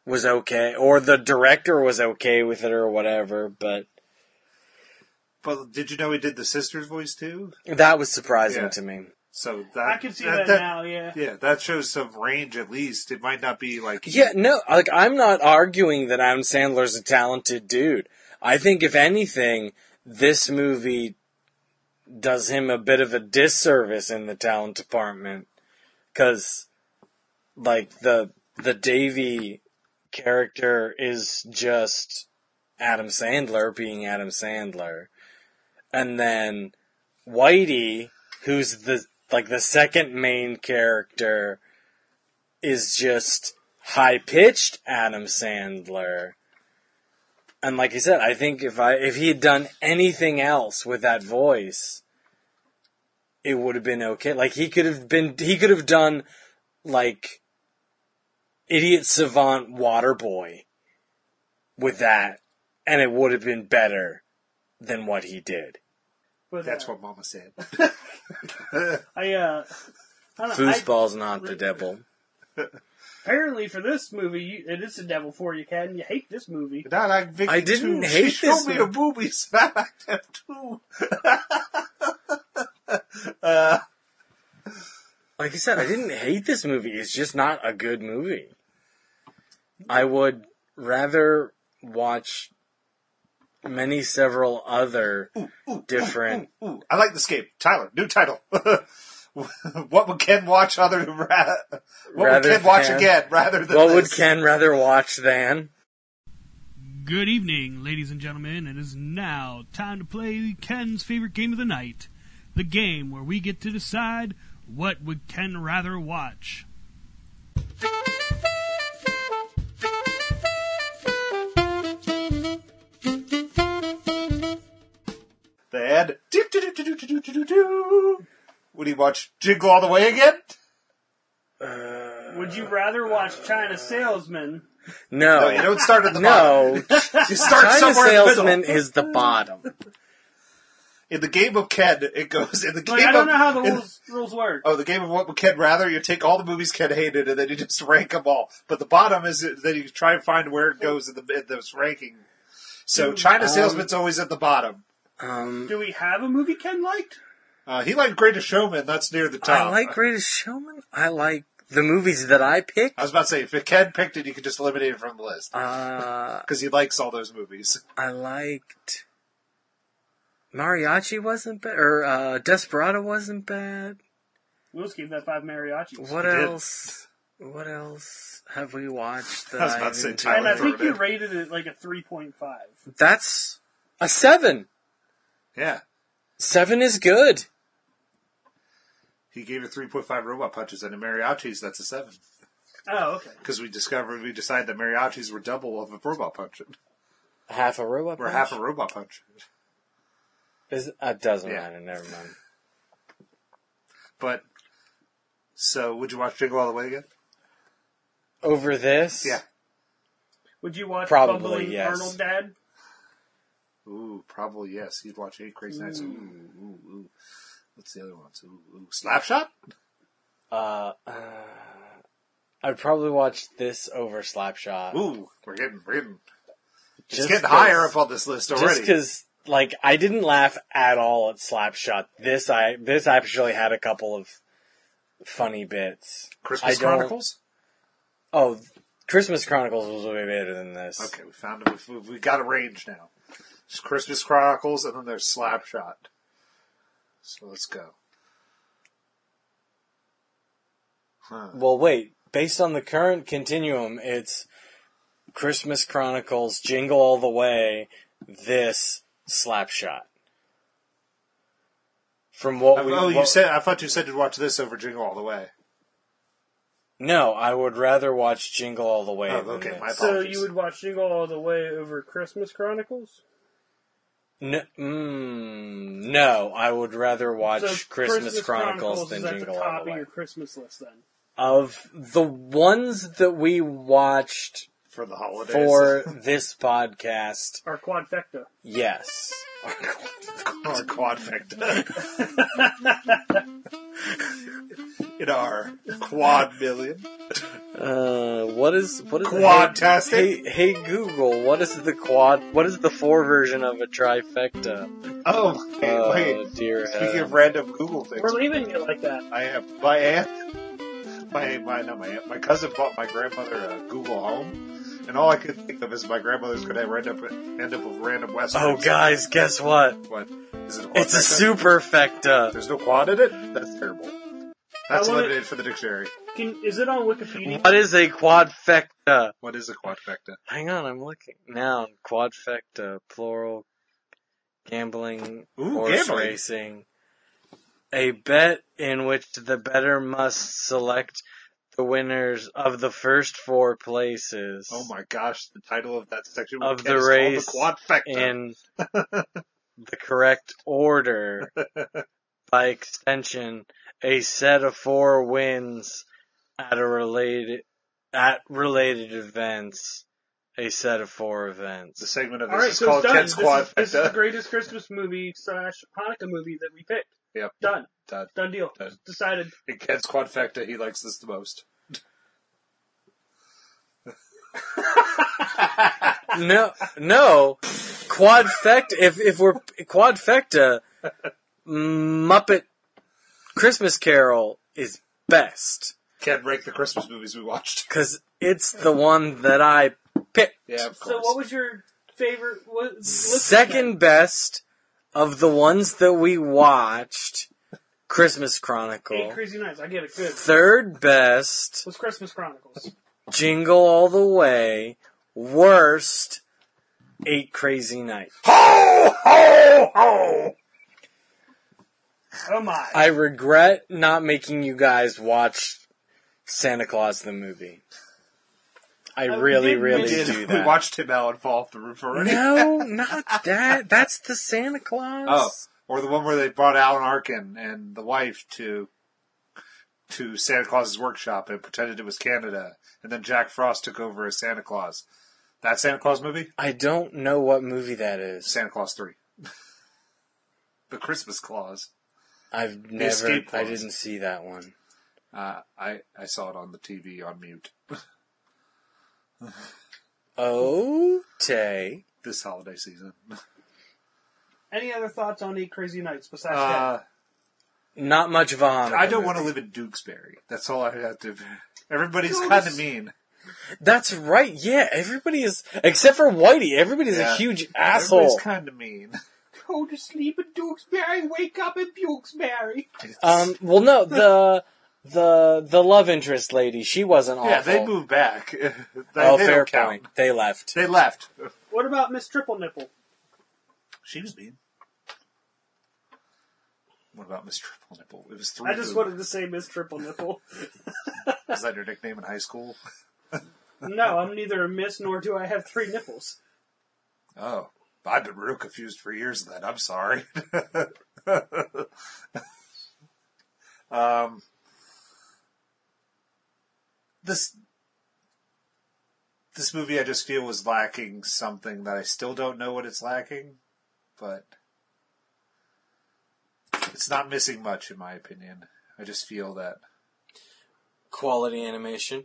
Speaker 1: was okay, or the director was okay with it, or whatever. But
Speaker 2: But did you know he did the sister's voice too?
Speaker 1: that was surprising
Speaker 2: Yeah.
Speaker 1: to me.
Speaker 2: So that
Speaker 3: I can see that, now. Yeah.
Speaker 2: Yeah, that shows some range at least. It might not be like
Speaker 1: Yeah, no, like I'm not arguing that Adam Sandler's a talented dude. I think if anything, this movie does him a bit of a disservice in the talent department cuz like the the Davy character is just Adam Sandler being Adam Sandler. And then Whitey, who's the like the second main character is just high pitched Adam Sandler. And like you said, I think if I if he had done anything else with that voice, it would have been okay. Like he could have been he could have done like idiot savant waterboy with that and it would have been better than what he did.
Speaker 3: But,
Speaker 2: that's
Speaker 3: uh,
Speaker 2: what Mama said.
Speaker 3: I uh. I don't know, I-
Speaker 1: Foosball's not the devil.
Speaker 3: apparently for this movie, you, it is the devil for you, Ken. You hate this movie.
Speaker 2: Not like Vicky
Speaker 1: I didn't
Speaker 2: too.
Speaker 1: hate
Speaker 2: she
Speaker 1: this
Speaker 2: Showed me
Speaker 1: one.
Speaker 2: a movie smack them too. uh,
Speaker 1: like I said, I didn't hate this movie. It's just not a good movie. I would rather watch many several other different.
Speaker 2: ooh, I like this game. Tyler, new title. what would Ken watch other than ra- What
Speaker 1: Rather
Speaker 2: would Ken watch
Speaker 1: than-
Speaker 2: again rather than
Speaker 1: What would
Speaker 2: this?
Speaker 1: Ken rather watch than?
Speaker 3: Good evening, ladies and gentlemen. It is now time to play Ken's favorite game of the night, the game where we get to decide what would Ken rather watch.
Speaker 2: the ad? Do, do, do, do, do, do, do, do, do. Would he watch Jingle All the Way again?
Speaker 3: Would you rather watch China Salesman?
Speaker 1: No,
Speaker 2: No, you don't start at the bottom.
Speaker 1: no.
Speaker 2: You start
Speaker 1: China
Speaker 2: somewhere in the middle.
Speaker 1: Salesman is the bottom.
Speaker 2: In the game of Ken, it goes in the game.
Speaker 3: Like, I don't
Speaker 2: of,
Speaker 3: know how the
Speaker 2: in-
Speaker 3: rules rules work.
Speaker 2: Oh, the game of what would Ken rather? You take all the movies Ken hated, and then you just rank them all. But the bottom is that you try and find where it goes in the in this ranking. So China
Speaker 1: Um,
Speaker 2: Salesman's always at the bottom.
Speaker 1: Um,
Speaker 3: Do we have a movie Ken liked?
Speaker 2: Uh, he liked Greatest Showman. That's near the top.
Speaker 1: I like Greatest Showman. I like the movies that I pick.
Speaker 2: I was about to say if Ken picked it, you could just eliminate it from the list
Speaker 1: Uh,
Speaker 2: because he likes all those movies.
Speaker 1: I liked Mariachi wasn't bad, or uh, Desperado wasn't bad.
Speaker 3: We must give that five mariachis.
Speaker 1: What
Speaker 2: He did.
Speaker 1: else? What else have we watched? That
Speaker 2: I was about to say
Speaker 1: haven't
Speaker 2: Tyler
Speaker 3: And I
Speaker 1: enjoyed?
Speaker 3: think
Speaker 2: Vernon.
Speaker 3: you rated it like a three point five.
Speaker 1: That's a seven.
Speaker 2: Yeah,
Speaker 1: Seven is good.
Speaker 2: he gave it three point five robot punches, and the mariachis. That's a seven
Speaker 3: Oh, okay.
Speaker 2: because we discovered we decided that mariachis were double of a robot punch.
Speaker 1: Half a robot.
Speaker 2: We're half a robot punch.
Speaker 1: Is, uh, doesn't
Speaker 2: Yeah.
Speaker 1: matter. Never mind.
Speaker 2: But so, would you watch Jingle All the Way again?
Speaker 1: Over this.
Speaker 2: Yeah.
Speaker 3: Would you watch
Speaker 1: Probably,
Speaker 3: Bumbling
Speaker 1: yes.
Speaker 3: Arnold Dad?
Speaker 2: Ooh, probably yes. He'd watch Eight Crazy Nights. Ooh, ooh, ooh. What's the other ones? Ooh, ooh. Slapshot?
Speaker 1: Uh, uh, I'd probably watch this over Slapshot.
Speaker 2: Ooh, we're getting, we're getting, it's
Speaker 1: Just
Speaker 2: getting
Speaker 1: 'cause-
Speaker 2: higher up on this list
Speaker 1: Just
Speaker 2: already.
Speaker 1: because, like, I didn't laugh at all at Slapshot. This, I this actually had a couple of funny bits.
Speaker 2: Christmas
Speaker 1: I don't-
Speaker 2: Chronicles.
Speaker 1: Oh, Christmas Chronicles was way better than this.
Speaker 2: Okay, we found them. We've, we've got a range now. It's Christmas Chronicles, and then there's Slapshot. So let's go. Huh.
Speaker 1: Well, wait. Based on the current continuum, it's Christmas Chronicles, Jingle All the Way, this Slapshot. From what we
Speaker 2: oh, you
Speaker 1: what-
Speaker 2: said I thought you said you'd watch this over Jingle All the Way.
Speaker 1: no, I would rather watch Jingle All the Way.
Speaker 2: Oh,
Speaker 1: than
Speaker 2: okay,
Speaker 1: this.
Speaker 2: my
Speaker 3: So
Speaker 2: Apologies.
Speaker 3: you would watch Jingle All the Way over Christmas Chronicles?
Speaker 1: No, mm, no, I would rather watch
Speaker 3: so
Speaker 1: Christmas, Chronicles,
Speaker 3: is
Speaker 1: than
Speaker 3: at
Speaker 1: Jingle
Speaker 3: the
Speaker 1: All
Speaker 3: top
Speaker 1: the
Speaker 3: of
Speaker 1: Way.
Speaker 3: your Christmas list then.
Speaker 1: Of the ones that we watched
Speaker 2: for the holidays.
Speaker 1: for this podcast,
Speaker 3: Our quadfecta.
Speaker 1: yes.
Speaker 2: or quadfecta. In our quad million.
Speaker 1: Uh, what is what is
Speaker 2: Quadtastic?
Speaker 1: Hey, hey, hey Google, what is the quad? What is the four version of a trifecta?
Speaker 2: Oh, wait,
Speaker 1: Oh
Speaker 2: wait.
Speaker 1: dear. uh,
Speaker 2: Speaking of
Speaker 1: heaven.
Speaker 2: random Google
Speaker 3: We're
Speaker 2: things,
Speaker 3: leaving it like that.
Speaker 2: I have my aunt, my my not my aunt, my cousin bought my grandmother a Google Home, and all I could think of is my grandmother's going to end up with- end up with random West.
Speaker 1: oh guys, guess what?
Speaker 2: what is it?
Speaker 1: It's a
Speaker 2: quadfecta?
Speaker 1: superfecta.
Speaker 2: There's no quad in it. That's terrible. That's
Speaker 3: I wanna-
Speaker 2: eliminated for the dictionary.
Speaker 3: Can, is it on Wikipedia?
Speaker 1: What is a quadfecta?
Speaker 2: What is a quadfecta?
Speaker 1: Hang on, I'm looking. Noun, quadfecta, plural, gambling,
Speaker 2: Ooh,
Speaker 1: horse
Speaker 2: gambling.
Speaker 1: racing. A bet in which the better must select the winners of the first four places.
Speaker 2: Oh my gosh! The title of that section
Speaker 1: Of
Speaker 2: was
Speaker 1: the race
Speaker 2: called the quadfecta.
Speaker 1: in the correct order. By extension, a set of four wins at a related at related events, a set of four
Speaker 2: the
Speaker 1: events.
Speaker 2: segment of
Speaker 3: All
Speaker 2: this
Speaker 3: right,
Speaker 2: is
Speaker 3: so
Speaker 2: called
Speaker 3: it's done.
Speaker 2: Ken's
Speaker 3: This is, this is the
Speaker 2: Quadfecta.
Speaker 3: greatest Christmas movie slash Hanukkah movie that we picked.
Speaker 2: Yep.
Speaker 3: Done.
Speaker 2: Done.
Speaker 3: Done deal.
Speaker 2: Done.
Speaker 3: Decided.
Speaker 2: In Ken's Quadfecta, he likes this the most.
Speaker 1: No, no, quadfect. If if we're quadfecta, Muppet Christmas Carol is best
Speaker 2: Ken ranked the Christmas movies we watched.
Speaker 1: because it's the one that I picked.
Speaker 2: Yeah, of course.
Speaker 3: So what was your favorite? What, list of
Speaker 1: second best of the ones that we watched Christmas
Speaker 3: that? Eight
Speaker 1: Chronicle.
Speaker 3: Crazy Nights. I get it. Good.
Speaker 1: Third best
Speaker 3: was Christmas Chronicles.
Speaker 1: Jingle All the Way. Worst Eight Crazy Nights.
Speaker 2: ho ho ho!
Speaker 3: Oh my.
Speaker 1: I regret not making you guys watch Santa Claus the movie. I
Speaker 3: Oh, we
Speaker 1: really,
Speaker 3: did
Speaker 1: really
Speaker 3: mention-
Speaker 1: do
Speaker 2: Did,
Speaker 1: that.
Speaker 2: we watched Tim Allen fall off the roof already?
Speaker 1: no, not that. That's the Santa Claus.
Speaker 2: Oh, or the one where they brought Alan Arkin and the wife to to Santa Claus's workshop and pretended it was Canada, and then Jack Frost took over as Santa Claus. That Santa Claus movie,
Speaker 1: I don't know what movie that is.
Speaker 2: Santa Claus Three, the Christmas Claus.
Speaker 1: I've never.
Speaker 2: Escape
Speaker 1: I
Speaker 2: Clause.
Speaker 1: didn't see that one.
Speaker 2: Uh, I I saw it on the TV on mute
Speaker 1: Okay.
Speaker 2: this holiday season. Uh,
Speaker 3: Any other thoughts on Eight Crazy Nights besides
Speaker 2: Uh,
Speaker 1: Not much of a Hanukkah
Speaker 2: I don't want to
Speaker 1: movie.
Speaker 2: live in Dukesbury. That's all I have to. Everybody's
Speaker 3: No,
Speaker 2: kind
Speaker 3: this-
Speaker 2: of mean.
Speaker 1: That's right. Yeah, everybody is except for Whitey. Everybody's
Speaker 2: Yeah.
Speaker 1: a huge
Speaker 2: Everybody's
Speaker 1: asshole.
Speaker 2: kind of mean.
Speaker 3: that? Go to sleep in Dukesbury, wake up in Dukesbury.
Speaker 1: Um. Well, no the the the love interest lady. She wasn't awful.
Speaker 2: yeah, they moved back. they,
Speaker 1: oh,
Speaker 2: they
Speaker 1: fair
Speaker 2: don't count.
Speaker 1: point. They left.
Speaker 2: They left.
Speaker 3: What about Miss Triple Nipple?
Speaker 2: She was mean. What about Miss Triple Nipple? It was three.
Speaker 3: I just
Speaker 2: boobs.
Speaker 3: wanted to say Miss Triple Nipple.
Speaker 2: Was that your nickname in high school?
Speaker 3: no, I'm neither a miss nor do I have three nipples.
Speaker 2: Oh, I've been real confused for years. Then I'm sorry. um, this this movie I just feel was lacking something that I still don't know what it's lacking, but it's not missing much in my opinion. I just feel that
Speaker 1: Quality animation.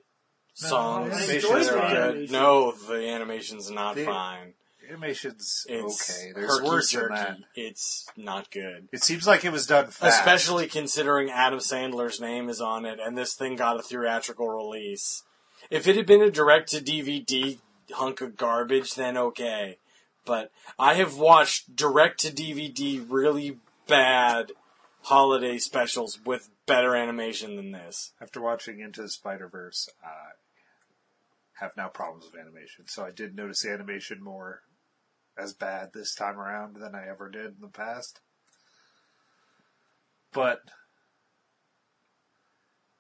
Speaker 2: No,
Speaker 1: Songs.
Speaker 2: animations
Speaker 1: that
Speaker 2: are
Speaker 1: are
Speaker 3: all
Speaker 1: good.
Speaker 3: right.
Speaker 1: No, the animation's not
Speaker 2: The-
Speaker 1: fine.
Speaker 2: Animation's
Speaker 1: It's
Speaker 2: okay. There's worse than
Speaker 1: herky-jerky.
Speaker 2: that.
Speaker 1: It's not good.
Speaker 2: It seems like it was done fast.
Speaker 1: Especially considering Adam Sandler's name is on it, and this thing got a theatrical release. If it had been a direct to DVD hunk of garbage, then okay. But I have watched direct to DVD really bad holiday specials with better animation than this.
Speaker 2: after watching Into the Spider Verse, I have now problems with animation. So I did notice the animation more as bad this time around than I ever did in the past. But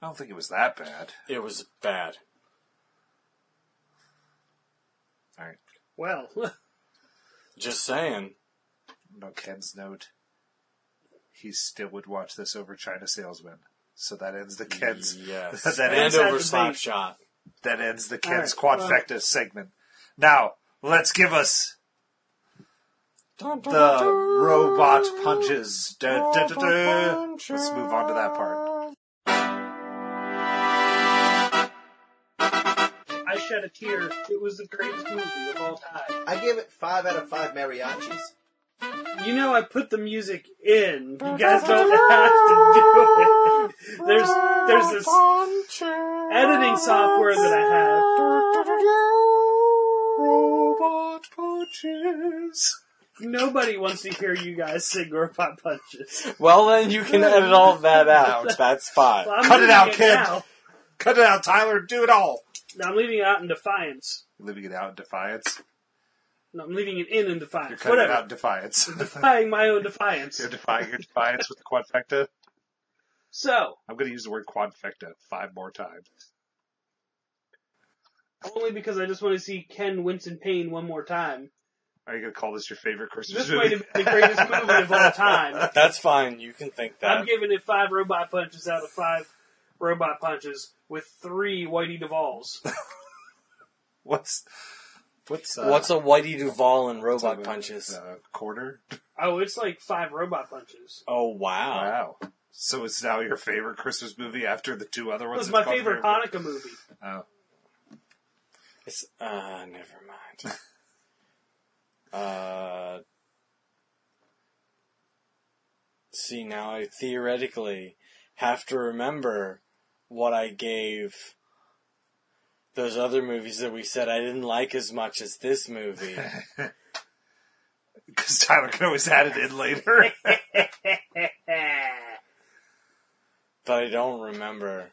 Speaker 2: I don't think it was that bad.
Speaker 1: It was bad.
Speaker 2: All right,
Speaker 3: Well,
Speaker 1: Just saying.
Speaker 2: no Ken's note. He still would watch this over China Salesman. So that ends the Ken's
Speaker 1: Yes.
Speaker 2: that
Speaker 1: and
Speaker 2: ends
Speaker 3: that
Speaker 1: over
Speaker 3: debate.
Speaker 1: Slapshot.
Speaker 2: that ends the Ken's
Speaker 3: All right, well-
Speaker 2: quadfecta segment. Now let's give us the robot punches. Da, da, da, da. Let's move on to that part.
Speaker 3: I shed a tear. It was the greatest movie of all time.
Speaker 4: I give it five out of five mariachis.
Speaker 3: You know, I put the music in. You guys don't have to do it. There's there's this editing software that I have.
Speaker 2: Robot punches.
Speaker 3: Nobody wants to hear you guys sing robot punches.
Speaker 1: Well, then you can edit all that out. That's fine.
Speaker 3: Well, I'm
Speaker 2: Cut it
Speaker 3: leaving
Speaker 2: out, kid.
Speaker 3: Now.
Speaker 2: Cut it out, Tyler. Do it all.
Speaker 3: No, I'm leaving it out in defiance.
Speaker 2: Leaving it out in defiance.
Speaker 3: No, I'm leaving it in in
Speaker 2: You're
Speaker 3: defiance.
Speaker 2: cutting it out
Speaker 3: Whatever.
Speaker 2: in defiance.
Speaker 3: Defying my own defiance.
Speaker 2: You're defying your defiance with the quadfecta.
Speaker 3: So,
Speaker 2: I'm going to use the word quadfecta five more times.
Speaker 3: only because I just want to see Ken Winston Payne one more time.
Speaker 2: Are you going to call this your favorite Christmas
Speaker 3: This
Speaker 2: movie?
Speaker 3: might have been the greatest movie of all time.
Speaker 1: That's fine. You can think
Speaker 3: I'm
Speaker 1: that.
Speaker 3: giving it five robot punches out of five robot punches with three Whitey Duvals.
Speaker 2: What's what's uh,
Speaker 1: What's a Whitey Duvall and
Speaker 2: what's
Speaker 1: robot
Speaker 2: a-
Speaker 1: punches?
Speaker 2: uh, quarter?
Speaker 3: Oh, it's like five robot punches.
Speaker 1: Oh wow.
Speaker 2: Wow. So it's now your favorite Christmas movie after the two other
Speaker 3: It
Speaker 2: ones.
Speaker 3: was
Speaker 2: that
Speaker 3: my
Speaker 2: called
Speaker 3: favorite
Speaker 2: your-
Speaker 3: Hanukkah movie.
Speaker 2: Oh.
Speaker 1: It's uh never mind. uh See now I theoretically have to remember what I gave those other movies that we said I didn't like as much as this movie.
Speaker 2: Because Tyler can always add it in later.
Speaker 3: Ah.
Speaker 1: but I don't remember.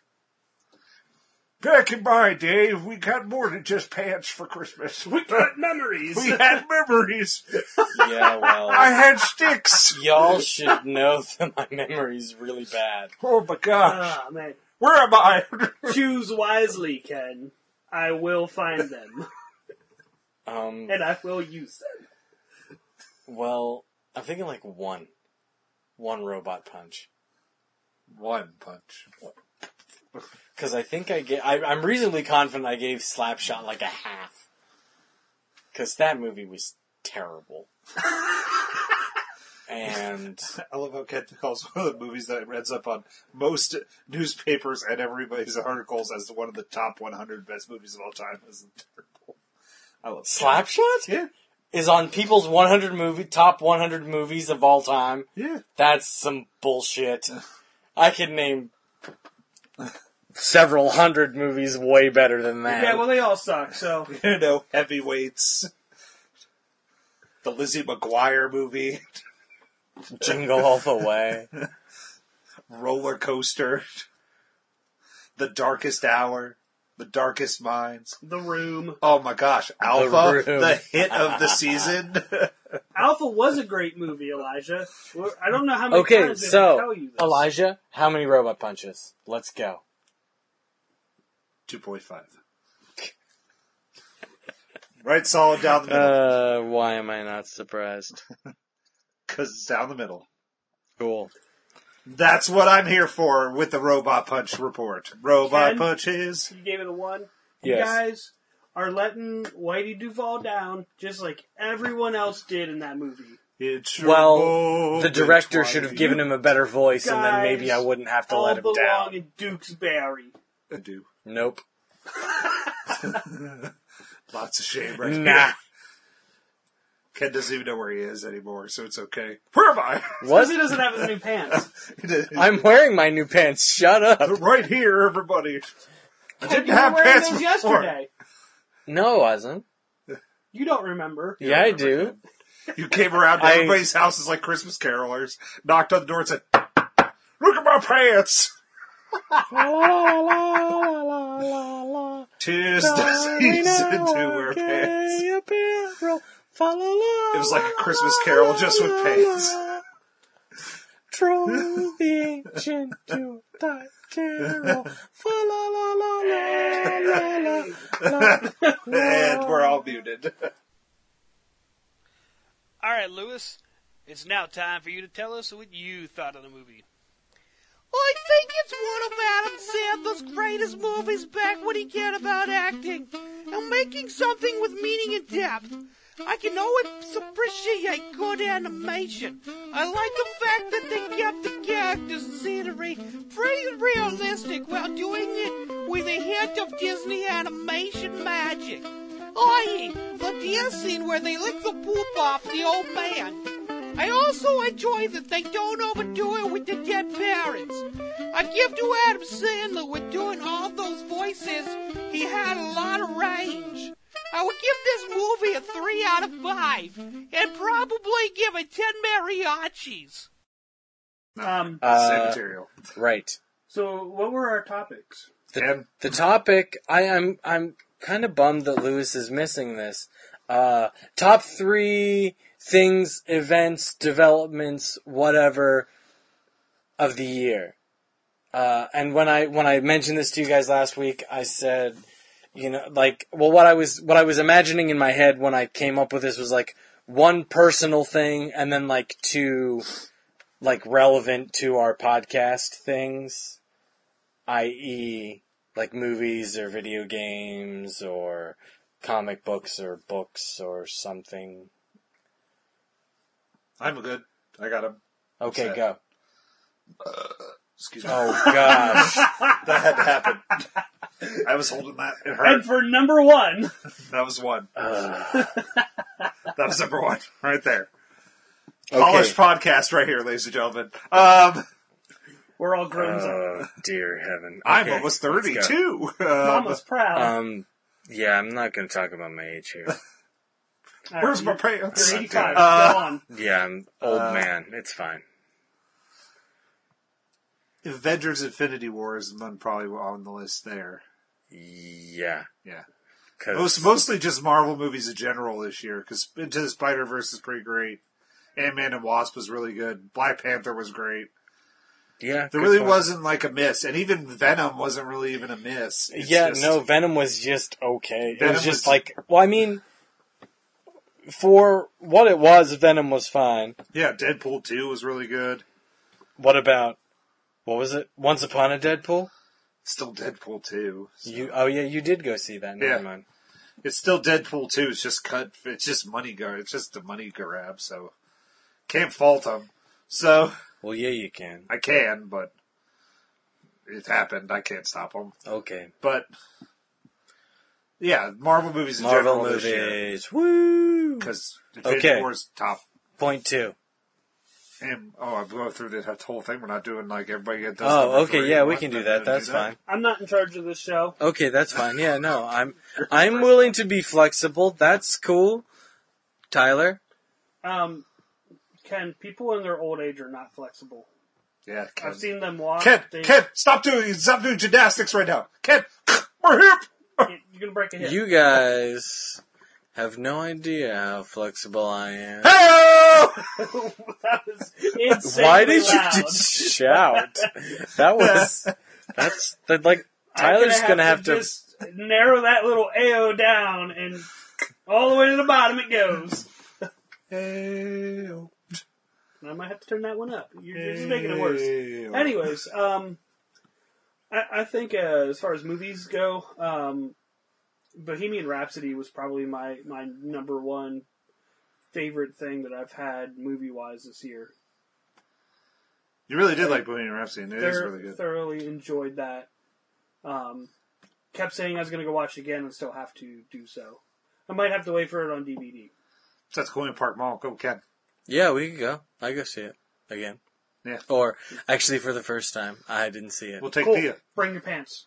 Speaker 2: Back in my day, we got more than just pants for Christmas. We,
Speaker 3: Memories.
Speaker 2: had memories.
Speaker 1: Yeah,
Speaker 2: I
Speaker 1: well
Speaker 2: had sticks.
Speaker 1: y'all should know that my memory's really bad.
Speaker 2: Oh my gosh.
Speaker 3: Ah, man.
Speaker 2: Where am I?
Speaker 3: Choose wisely, Ken. I will find them,
Speaker 1: Um
Speaker 3: and I will use them.
Speaker 1: well I'm thinking like one. One robot punch.
Speaker 2: One punch.
Speaker 1: Because I think I gave. I, I'm reasonably confident I gave Slapshot like a half. Because that movie was terrible. and
Speaker 2: I love how Kent calls one of the movies that ends up on most newspapers and everybody's articles as one of the top 100 best movies of all time. Is terrible. I love
Speaker 1: Slapshot
Speaker 2: Yeah,
Speaker 1: is on people's 100 movie top 100 movies of all time.
Speaker 2: yeah.
Speaker 1: That's some bullshit. I could name several hundred movies way better than that.
Speaker 3: Yeah, well, they all suck. So
Speaker 2: you know, heavyweights. The Lizzie McGuire movie,
Speaker 1: Jingle all the way.
Speaker 2: Roller Coaster, The Darkest Hour, The Darkest Minds.
Speaker 3: the room.
Speaker 2: Oh my gosh, Alpha, the,
Speaker 1: Room.
Speaker 2: hit of the season.
Speaker 3: Alpha was a great movie, Elijah. Well, I don't know how many
Speaker 1: Okay,
Speaker 3: times they have to tell
Speaker 1: so
Speaker 3: you this.
Speaker 1: Elijah, how many robot punches? Let's go.
Speaker 2: 2.5. Right solid down the middle.
Speaker 5: Uh, why am I not surprised?
Speaker 2: Because it's down the middle.
Speaker 5: Cool.
Speaker 2: That's what I'm here for with the Robot Punch report. Robot
Speaker 3: Ken?
Speaker 2: Punches.
Speaker 3: You gave it a one. You
Speaker 1: Yes.
Speaker 3: guys are letting Whitey Duvall down, just like everyone else did in that movie.
Speaker 2: It's your
Speaker 1: Well, the
Speaker 2: moment,
Speaker 1: director should have
Speaker 2: Whitey.
Speaker 1: given him a better voice, and then maybe I
Speaker 3: Guys,
Speaker 1: wouldn't have to
Speaker 3: All
Speaker 1: let him
Speaker 3: belong
Speaker 1: down.
Speaker 3: in Dukesbury.
Speaker 2: I do.
Speaker 1: Nope.
Speaker 2: Lots of shame right
Speaker 1: Nah.
Speaker 2: Ken doesn't even know where he is anymore, so it's okay. Where am I?
Speaker 3: Because
Speaker 1: What?
Speaker 3: he doesn't have his new pants.
Speaker 1: I'm wearing my new pants. Shut up.
Speaker 2: right here, everybody. I
Speaker 3: Ken,
Speaker 2: didn't
Speaker 3: you were
Speaker 2: have
Speaker 3: wearing
Speaker 2: pants
Speaker 3: those
Speaker 2: before.
Speaker 3: yesterday.
Speaker 1: No, I wasn't.
Speaker 3: You don't remember.
Speaker 2: You
Speaker 1: Yeah, I
Speaker 2: remember
Speaker 1: do.
Speaker 2: You came around to
Speaker 1: I-
Speaker 2: everybody's houses like Christmas carolers, knocked on the door and said, Look at my pants! Tis the season to wear pants.
Speaker 1: It
Speaker 2: It was like a Christmas carol just with pants.
Speaker 1: Troll the ancient Jew, thy carol. Fa la la la la la la la.
Speaker 2: and we're all muted.
Speaker 6: All right, Lewis, it's now time for you to tell us what you thought of the movie. I think it's one of Adam Sandler's greatest movies back when he cared about acting and making something with meaning and depth. I can always appreciate good animation. I like the fact that they kept the characters' and scenery pretty realistic while doing it with a hint of Disney animation magic. Aye, the dance scene where they lick the poop off the old man. I also enjoy that they don't overdo it with the dead parents. I give to Adam Sandler with doing all those voices, he had a lot of range. I would give this movie a 3 out of 5, and probably give it 10 mariachis.
Speaker 3: Um,
Speaker 2: Same
Speaker 1: Uh,
Speaker 2: material.
Speaker 1: right.
Speaker 3: so what were our topics?
Speaker 2: And
Speaker 1: the topic I, I'm I'm kind of bummed that Lewis is missing this. Uh, top three things, events, developments, whatever of the year. Uh, and when I when I mentioned this to you guys last week, I said, you know, like, well, what I was what I was imagining in my head when I came up with this was like one personal thing, and then like two, like relevant to our podcast things, e i.e., like movies or video games or comic books or books or something.
Speaker 2: I'm good. I got him.
Speaker 1: Okay,
Speaker 2: Set.
Speaker 1: go.
Speaker 2: Excuse me.
Speaker 1: Oh gosh.
Speaker 2: That had to happen. I was holding that. It hurt.
Speaker 3: And for number one,
Speaker 2: That was one.
Speaker 1: Ugh.
Speaker 2: That was number one. Right there.
Speaker 1: okay.
Speaker 2: Polished podcast right here, ladies and gentlemen. Um,
Speaker 3: we're all grown up.
Speaker 1: Oh dear heaven.
Speaker 2: I'm
Speaker 1: Okay,
Speaker 2: almost
Speaker 1: let's go.
Speaker 2: 32. Um,
Speaker 3: Mama's proud.
Speaker 1: Um, yeah, I'm not going to talk about my age here.
Speaker 3: All right,
Speaker 2: Where's my
Speaker 3: Uh, you're-
Speaker 2: pants?
Speaker 3: You're 85.
Speaker 2: Uh,
Speaker 3: Go on.
Speaker 1: Yeah, I'm old
Speaker 2: Uh,
Speaker 1: man. It's fine.
Speaker 2: Avengers Infinity War is the one probably on the list there.
Speaker 1: Yeah,
Speaker 2: Yeah.
Speaker 1: because
Speaker 2: Most, mostly just Marvel movies in general this year, because Into the Spider Verse is pretty great. Ant Man and Wasp was really good. Black Panther was great.
Speaker 1: yeah,
Speaker 2: There
Speaker 1: good
Speaker 2: really
Speaker 1: point.
Speaker 2: wasn't like a miss, and even Venom wasn't really even a miss. It's
Speaker 1: yeah,
Speaker 2: just-
Speaker 1: no, Venom was just okay. it
Speaker 2: Venom
Speaker 1: was just
Speaker 2: was-
Speaker 1: like, well, I mean, for what it was, Venom was fine.
Speaker 2: Yeah, Deadpool two was really good.
Speaker 1: What about what was it? Once Upon a Deadpool.
Speaker 2: Still Deadpool two. So-
Speaker 1: You oh yeah, you did go see that. Never
Speaker 2: Yeah.
Speaker 1: mind.
Speaker 2: It's still Deadpool two. It's just cut. It's just money grab. It's just a money grab. So can't fault them. So
Speaker 1: Well, yeah, you can.
Speaker 2: I can, but it happened. I can't stop them.
Speaker 1: Okay,
Speaker 2: But yeah, Marvel movies in
Speaker 1: Marvel
Speaker 2: general this year
Speaker 1: movies. Woo.
Speaker 2: because Infinity
Speaker 1: Okay.
Speaker 2: War's top.
Speaker 1: Point two.
Speaker 2: And, oh, I'm going through that whole thing. We're not doing like everybody gets.
Speaker 1: Oh, okay, yeah, we can do that. That's fine.
Speaker 3: I'm not in charge of this show.
Speaker 1: Okay, that's fine. Yeah, no, I'm I'm willing to be flexible. That's cool. Tyler,
Speaker 3: Um, Ken, people in their old age are not flexible.
Speaker 2: Yeah, Ken.
Speaker 3: I've seen them walk.
Speaker 2: Ken,
Speaker 3: they-
Speaker 2: Ken, stop doing stop doing gymnastics right now. Ken, my hip.
Speaker 3: You're gonna break a hip.
Speaker 1: you guys have no idea how flexible I am.
Speaker 2: Hello.
Speaker 3: that was insane.
Speaker 1: Why did you just shout? That was that's that like Tyler's gonna have to
Speaker 3: just narrow that little AO down and all the way to the bottom it goes. And I might have to turn that one up. You're just making it worse. Anyways, um, I, I think uh, as far as movies go, um, Bohemian Rhapsody was probably my, my number one favorite thing that I've had movie wise this year.
Speaker 2: you really did like Bohemian Rhapsody. and It is
Speaker 3: Thor-
Speaker 2: really good.
Speaker 3: Thoroughly enjoyed that. Um, kept saying I was going to go watch it again and still have to do so. I might have to wait for it on DVD.
Speaker 2: So that's Colonial Park Mall. Go, Ken.
Speaker 1: Yeah, we could go. I go see it again.
Speaker 2: Yeah.
Speaker 1: Or actually, for the first time, I didn't see it.
Speaker 2: We'll take
Speaker 3: Cool.
Speaker 2: Thea.
Speaker 3: Bring your pants.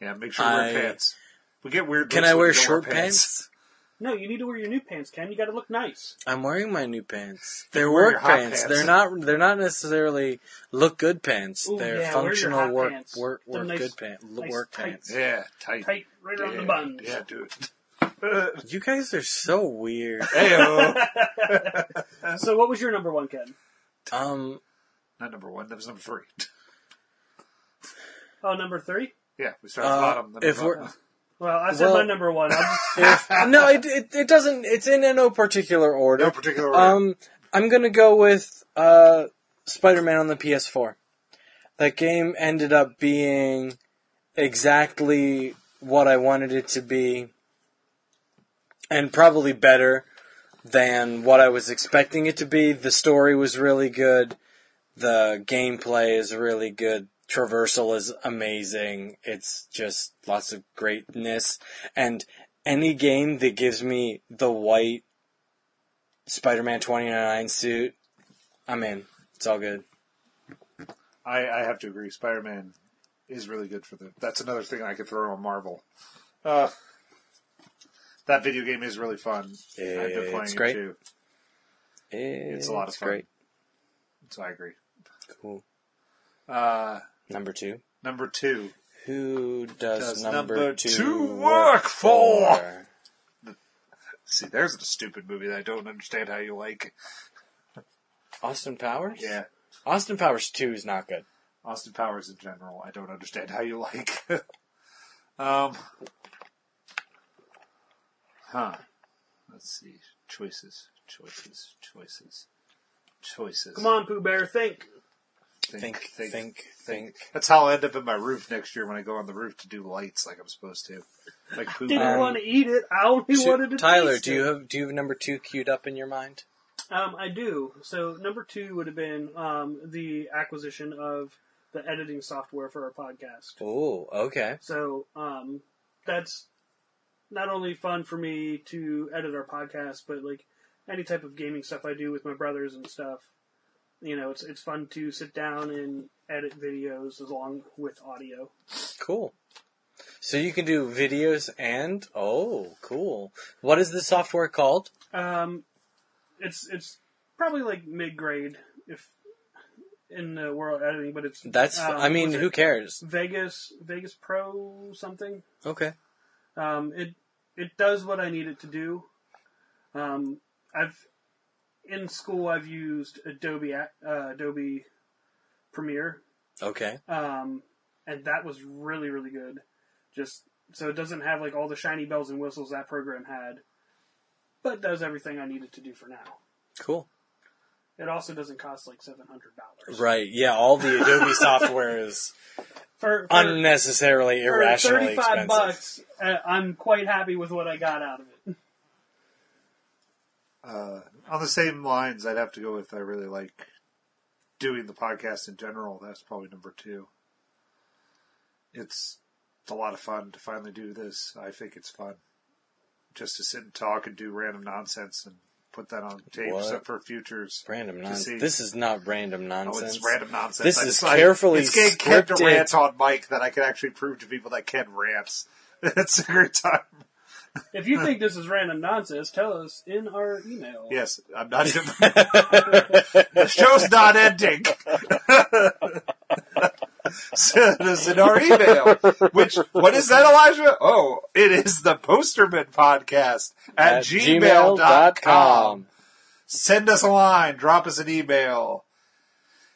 Speaker 2: Yeah, make sure you wear
Speaker 1: I-
Speaker 2: pants. We get weird.
Speaker 1: Can
Speaker 2: looks
Speaker 1: I
Speaker 2: when
Speaker 1: wear
Speaker 2: we don't
Speaker 1: short pants?
Speaker 3: No, you need to wear your new pants, Ken. You got to look nice.
Speaker 1: I'm wearing my new pants. They're
Speaker 2: wear your
Speaker 1: work
Speaker 2: hot
Speaker 1: pants.
Speaker 2: pants.
Speaker 1: They're not. They're not necessarily look good pants.
Speaker 3: Ooh,
Speaker 1: they're
Speaker 3: yeah, wear your
Speaker 1: functional
Speaker 3: hot
Speaker 1: work
Speaker 3: pants.
Speaker 1: work
Speaker 3: They're
Speaker 1: work
Speaker 3: nice-
Speaker 1: good pants.
Speaker 3: nice
Speaker 1: work
Speaker 3: tight.
Speaker 1: pants.
Speaker 2: Yeah, tight.
Speaker 3: Tight right around
Speaker 2: yeah,
Speaker 3: the buns.
Speaker 2: Yeah, dude.
Speaker 1: You guys are so weird.
Speaker 2: Heyo.
Speaker 3: So what was your number one, Ken?
Speaker 1: um,
Speaker 2: Not number one. That was number three.
Speaker 3: Oh, number three.
Speaker 2: Yeah, we start at the
Speaker 1: uh,
Speaker 2: bottom. Then
Speaker 1: if
Speaker 2: we
Speaker 1: we're
Speaker 3: Well, I said
Speaker 1: Well-
Speaker 3: my number one. I'm just,
Speaker 1: if, no, it, it it doesn't. It's in no particular order.
Speaker 2: no particular order.
Speaker 1: Um, I'm gonna go with uh, Spider-Man on the PS4. That game ended up being exactly what I wanted it to be, and probably better than what I was expecting it to be. The story was really good. The gameplay is really good. Traversal is amazing. It's just lots of greatness. And any game that gives me the white Spider-Man 2099 suit, I'm in. It's all good.
Speaker 2: I, I have to agree. Spider Man is really good for the. That's another thing I could throw on Marvel. Uh, that video game is really fun. I've been playing
Speaker 1: It's
Speaker 2: it
Speaker 1: great.
Speaker 2: too,
Speaker 1: It's
Speaker 2: a lot of fun.
Speaker 1: great.
Speaker 2: so I agree.
Speaker 1: Cool.
Speaker 2: Uh,
Speaker 1: Number two.
Speaker 2: number two,
Speaker 1: Who does,
Speaker 2: Does
Speaker 1: number,
Speaker 2: number
Speaker 1: two,
Speaker 2: two work
Speaker 1: work
Speaker 2: for?
Speaker 1: for?
Speaker 2: See, there's a stupid movie that I don't understand how you like.
Speaker 1: Austin Powers?
Speaker 2: Yeah.
Speaker 1: Austin Powers 2 is not good.
Speaker 2: Austin Powers in general, I don't understand how you like. um, huh. Let's see. Choices, choices, choices, choices.
Speaker 3: come on, Pooh Bear, think.
Speaker 1: Think, think, think.
Speaker 2: That's how I'll end up in my roof next year when I go on the roof to do lights like I'm supposed to. Like poo.
Speaker 3: Didn't
Speaker 1: Um,
Speaker 3: want to eat it. I only
Speaker 1: Two-
Speaker 3: wanted to.
Speaker 1: Tyler,
Speaker 3: taste
Speaker 1: do
Speaker 3: it.
Speaker 1: you have do you have number two queued up in your mind?
Speaker 3: Um, I do. So number two would have been um, the acquisition of the editing software for our podcast.
Speaker 1: Oh, okay.
Speaker 3: So um, that's not only fun for me to edit our podcast, but like any type of gaming stuff I do with my brothers and stuff. You know, it's it's fun to sit down and edit videos along with audio.
Speaker 1: Cool. So you can do videos and oh, cool. What is the software called?
Speaker 3: Um, it's it's probably like mid grade if in the world of editing, but it's
Speaker 1: That's
Speaker 3: um,
Speaker 1: I mean,
Speaker 3: was it
Speaker 1: who cares?
Speaker 3: Vegas Vegas Pro something.
Speaker 1: Okay.
Speaker 3: Um, it it does what I need it to do. Um, I've in school I've used Adobe uh, Adobe Premiere,
Speaker 1: Okay.
Speaker 3: um, and that was really really good. Just so it doesn't have like all the shiny bells and whistles that program had, but does everything I need it to do for now.
Speaker 1: Cool.
Speaker 3: It also doesn't cost like seven hundred dollars
Speaker 1: Right. Yeah, all the Adobe software is
Speaker 3: for, for,
Speaker 1: unnecessarily
Speaker 3: for
Speaker 1: irrationally
Speaker 3: thirty-five
Speaker 1: expensive.
Speaker 3: bucks. Uh, I'm quite happy with what I got out of it.
Speaker 2: Uh, on the same lines, I'd have to go with I really like doing the podcast in general. That's probably number two. It's a lot of fun to finally do this. I think it's fun just to sit and talk and do random nonsense and put that on tape
Speaker 1: What?
Speaker 2: except for futures.
Speaker 1: Random
Speaker 2: see.
Speaker 1: nonsense. This is not random
Speaker 2: Oh,
Speaker 1: nonsense.
Speaker 2: it's random nonsense.
Speaker 1: This
Speaker 2: I
Speaker 1: is
Speaker 2: just like-
Speaker 1: carefully
Speaker 2: It's getting kept to
Speaker 1: scripted.
Speaker 2: rant on Mike that I can actually prove to people that Ken rants. It's a great time.
Speaker 3: If you think this is random nonsense, tell us in our email.
Speaker 2: Yes, I'm not even. the show's not ending. Send us in our email. Which, what is that, Elijah? Oh, it is the Posterman Podcast at, gmail dot com. Send us a line. Drop us an email.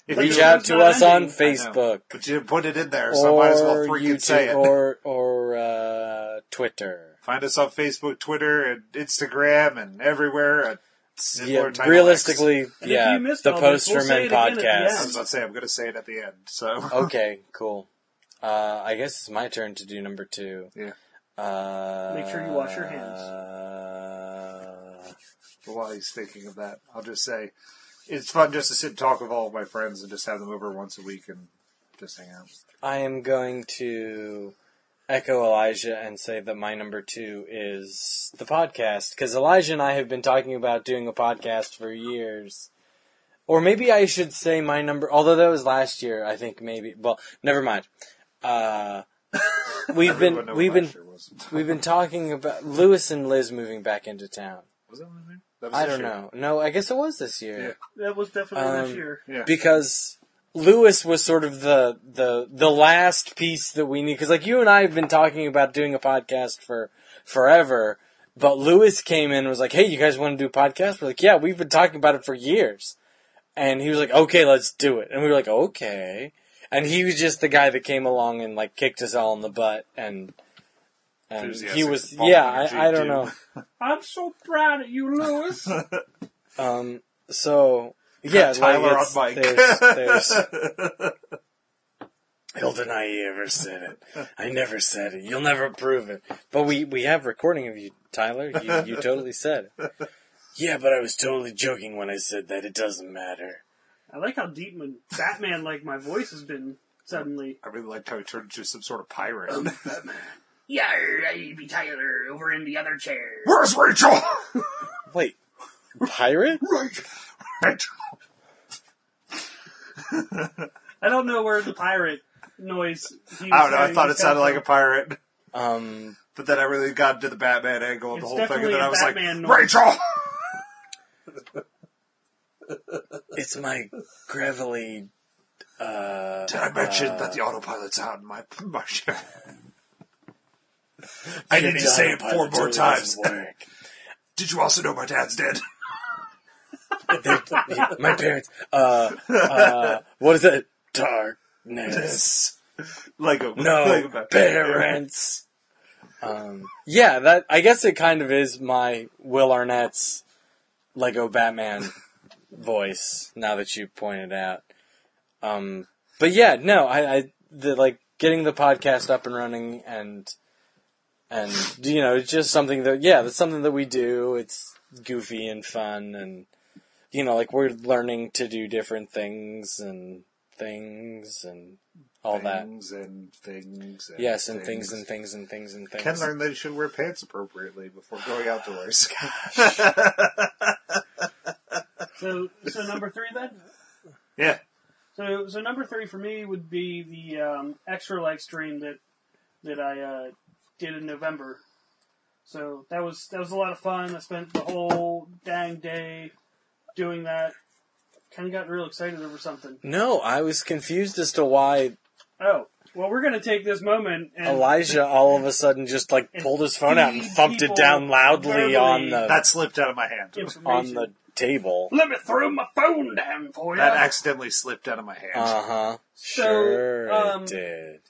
Speaker 2: If
Speaker 1: Reach
Speaker 2: you,
Speaker 1: out to
Speaker 3: not
Speaker 1: us on
Speaker 3: ending.
Speaker 2: I know,
Speaker 1: Facebook
Speaker 2: But you didn't put it in there, so I might as well
Speaker 1: or
Speaker 2: freaking say
Speaker 1: YouTube
Speaker 2: it.
Speaker 1: or or uh, Twitter.
Speaker 2: Find us on Facebook, Twitter, and Instagram, and everywhere at similar
Speaker 1: Yeah,
Speaker 2: title X.
Speaker 1: realistically,
Speaker 3: if
Speaker 1: yeah,
Speaker 3: you missed
Speaker 1: the
Speaker 3: all this, we'll
Speaker 1: Posterman
Speaker 3: say it again at the
Speaker 2: I
Speaker 1: podcast.
Speaker 2: was about to say I'm going to say it at the end. So
Speaker 1: okay, cool. Uh, I guess it's my turn to do number two.
Speaker 2: Yeah.
Speaker 1: Uh,
Speaker 3: Make sure you wash your hands.
Speaker 1: Uh,
Speaker 2: while he's thinking of that, I'll just say it's fun just to sit and talk with all of my friends and just have them over once a week and just hang out.
Speaker 1: I am going to echo Elijah and say that my number two is the podcast because Elijah and I have been talking about doing a podcast for years. Or maybe I should say my number, although that was last year. I think maybe. Well, never mind. Uh, we've been
Speaker 2: Everyone know
Speaker 1: we've
Speaker 2: what my
Speaker 1: been
Speaker 2: shit was.
Speaker 1: we've been talking about Lewis and Liz moving back into town.
Speaker 2: Was that one there? That was
Speaker 1: I
Speaker 2: this
Speaker 1: don't
Speaker 2: year.
Speaker 1: know. No, I guess it was this year
Speaker 3: That was definitely
Speaker 1: Um,
Speaker 3: this year.
Speaker 2: Yeah.
Speaker 1: because Lewis was sort of the the the last piece that we need because like you and I have been talking about doing a podcast for forever, but Lewis came in and was like, "Hey, you guys want to do a podcast?" We're like, "Yeah, we've been talking about it for years," and he was like, "Okay, let's do it," and we were like, "Okay," and he was just the guy that came along and like kicked us all in the butt and. And he
Speaker 2: Enthusiastic
Speaker 1: was,
Speaker 2: ball
Speaker 1: yeah,
Speaker 2: energy,
Speaker 1: I, I don't
Speaker 2: too.
Speaker 1: know.
Speaker 3: I'm so proud of you, Lewis.
Speaker 1: Um, so yeah,
Speaker 2: Tyler
Speaker 1: like it's-
Speaker 2: on mic.
Speaker 1: There's, there's... He'll deny he ever said it. I never said it. You'll never prove it. But we we have recording of you, Tyler. You you totally said it. Yeah, but I was totally joking when I said that. It doesn't matter.
Speaker 3: I like how deep and Batman like my voice has been suddenly.
Speaker 2: I really liked how he turned into some sort of pirate.
Speaker 3: Um, Yeah, I be Tyler over in the other chair.
Speaker 2: Where's Rachel?
Speaker 1: Wait, pirate?
Speaker 2: Rachel.
Speaker 3: I don't know where the pirate noise. He
Speaker 2: I don't know. I
Speaker 3: having
Speaker 2: thought it
Speaker 3: was
Speaker 2: sounded like a
Speaker 3: from.
Speaker 2: pirate,
Speaker 1: Um,
Speaker 2: but then I really got into the Batman angle and the
Speaker 3: It's
Speaker 2: whole thing, and
Speaker 3: definitely
Speaker 2: then
Speaker 3: a
Speaker 2: I was
Speaker 3: Batman
Speaker 2: like,
Speaker 3: noise.
Speaker 2: Rachel.
Speaker 1: it's my gravelly. Uh,
Speaker 2: Did I mention that the autopilot's out in my my ship? I
Speaker 1: I
Speaker 2: need to say it four more times. Did you also know my dad's dead?
Speaker 1: My parents. Uh, uh, what is it? Darkness.
Speaker 2: Lego. Lego
Speaker 1: No
Speaker 2: Batman.
Speaker 1: parents. Um, yeah, that I guess it kind of is my Will Arnett's Lego Batman voice. Now that you pointed out, um, but yeah, no, I, I the, like getting the podcast up and running and and you know it's just something that yeah that's something that we do. It's goofy and fun and you know like we're learning to do different things and things and all that.
Speaker 2: Things and things. And
Speaker 1: Yes, and things. and things and things and things.
Speaker 2: Ken learned that he should wear pants appropriately before going outdoors.
Speaker 3: So, so number three then.
Speaker 2: yeah.
Speaker 3: So, so number three for me would be the um, extra life stream that that I uh, did in November. So that was that was a lot of fun. I spent the whole dang day doing that. Kind of got real excited over something.
Speaker 1: No, I was confused as to why
Speaker 3: Oh, well, we're gonna take this moment and
Speaker 1: Elijah all of a sudden just like
Speaker 3: And
Speaker 1: pulled his phone out and
Speaker 3: feed
Speaker 1: thumped it
Speaker 3: people
Speaker 1: down loudly
Speaker 3: verbally.
Speaker 1: on the
Speaker 2: That slipped out of my hand.
Speaker 1: on
Speaker 3: information.
Speaker 1: the table.
Speaker 3: Let me throw my phone down for you.
Speaker 2: That accidentally slipped out of my hand.
Speaker 1: Uh huh.
Speaker 3: So,
Speaker 1: Sure,
Speaker 3: um,
Speaker 1: it did.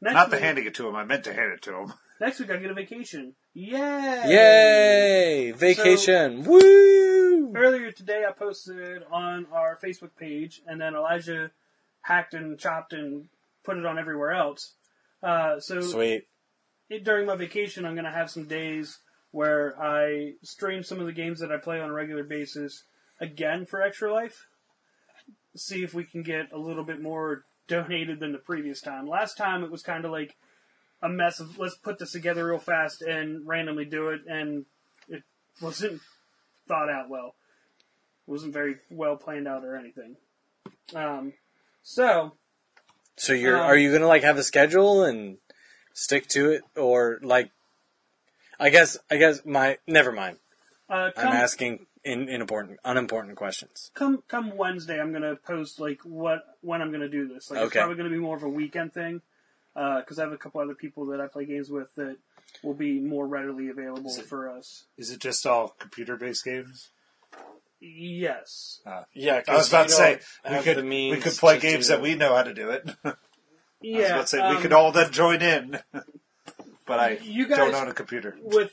Speaker 3: next
Speaker 2: Not the
Speaker 3: week,
Speaker 2: handing it to him. I meant to hand it to him.
Speaker 3: Next week I get a vacation. Yay!
Speaker 1: Yay! Vacation. Woo!
Speaker 3: earlier today I posted on our Facebook page, and then Elijah hacked and chopped and put it on everywhere else. Uh, so
Speaker 1: Sweet.
Speaker 3: it- during my vacation, I'm going to have some days where I stream some of the games that I play on a regular basis again for Extra Life. See if we can get a little bit more donated than the previous time. Last time it was kind of like a mess of let's put this together real fast and randomly do it, and it wasn't thought out well. It wasn't very well planned out or anything. Um, so
Speaker 1: So you're
Speaker 3: um,
Speaker 1: are you gonna like have a schedule and stick to it, or like? I guess I guess my never mind.
Speaker 3: uh,
Speaker 1: I'm
Speaker 3: come
Speaker 1: asking in, important unimportant questions.
Speaker 3: come come Wednesday, I'm gonna post like what when I'm gonna do this. Like it's
Speaker 1: Okay.
Speaker 3: probably gonna be more of a weekend thing because I have a couple other people that I play games with that will be more readily available
Speaker 2: Is it-
Speaker 3: for us.
Speaker 2: Is it just all computer-based games?
Speaker 3: Yes,
Speaker 7: Yeah,
Speaker 2: I was about to say we
Speaker 7: have
Speaker 2: could
Speaker 7: the means
Speaker 2: we could play
Speaker 7: to do
Speaker 2: games that we know how to do it.
Speaker 3: yeah.
Speaker 2: I was about to say we
Speaker 3: um,
Speaker 2: could all then join in, but I
Speaker 3: You
Speaker 2: don't
Speaker 3: guys-
Speaker 2: own a computer.
Speaker 3: with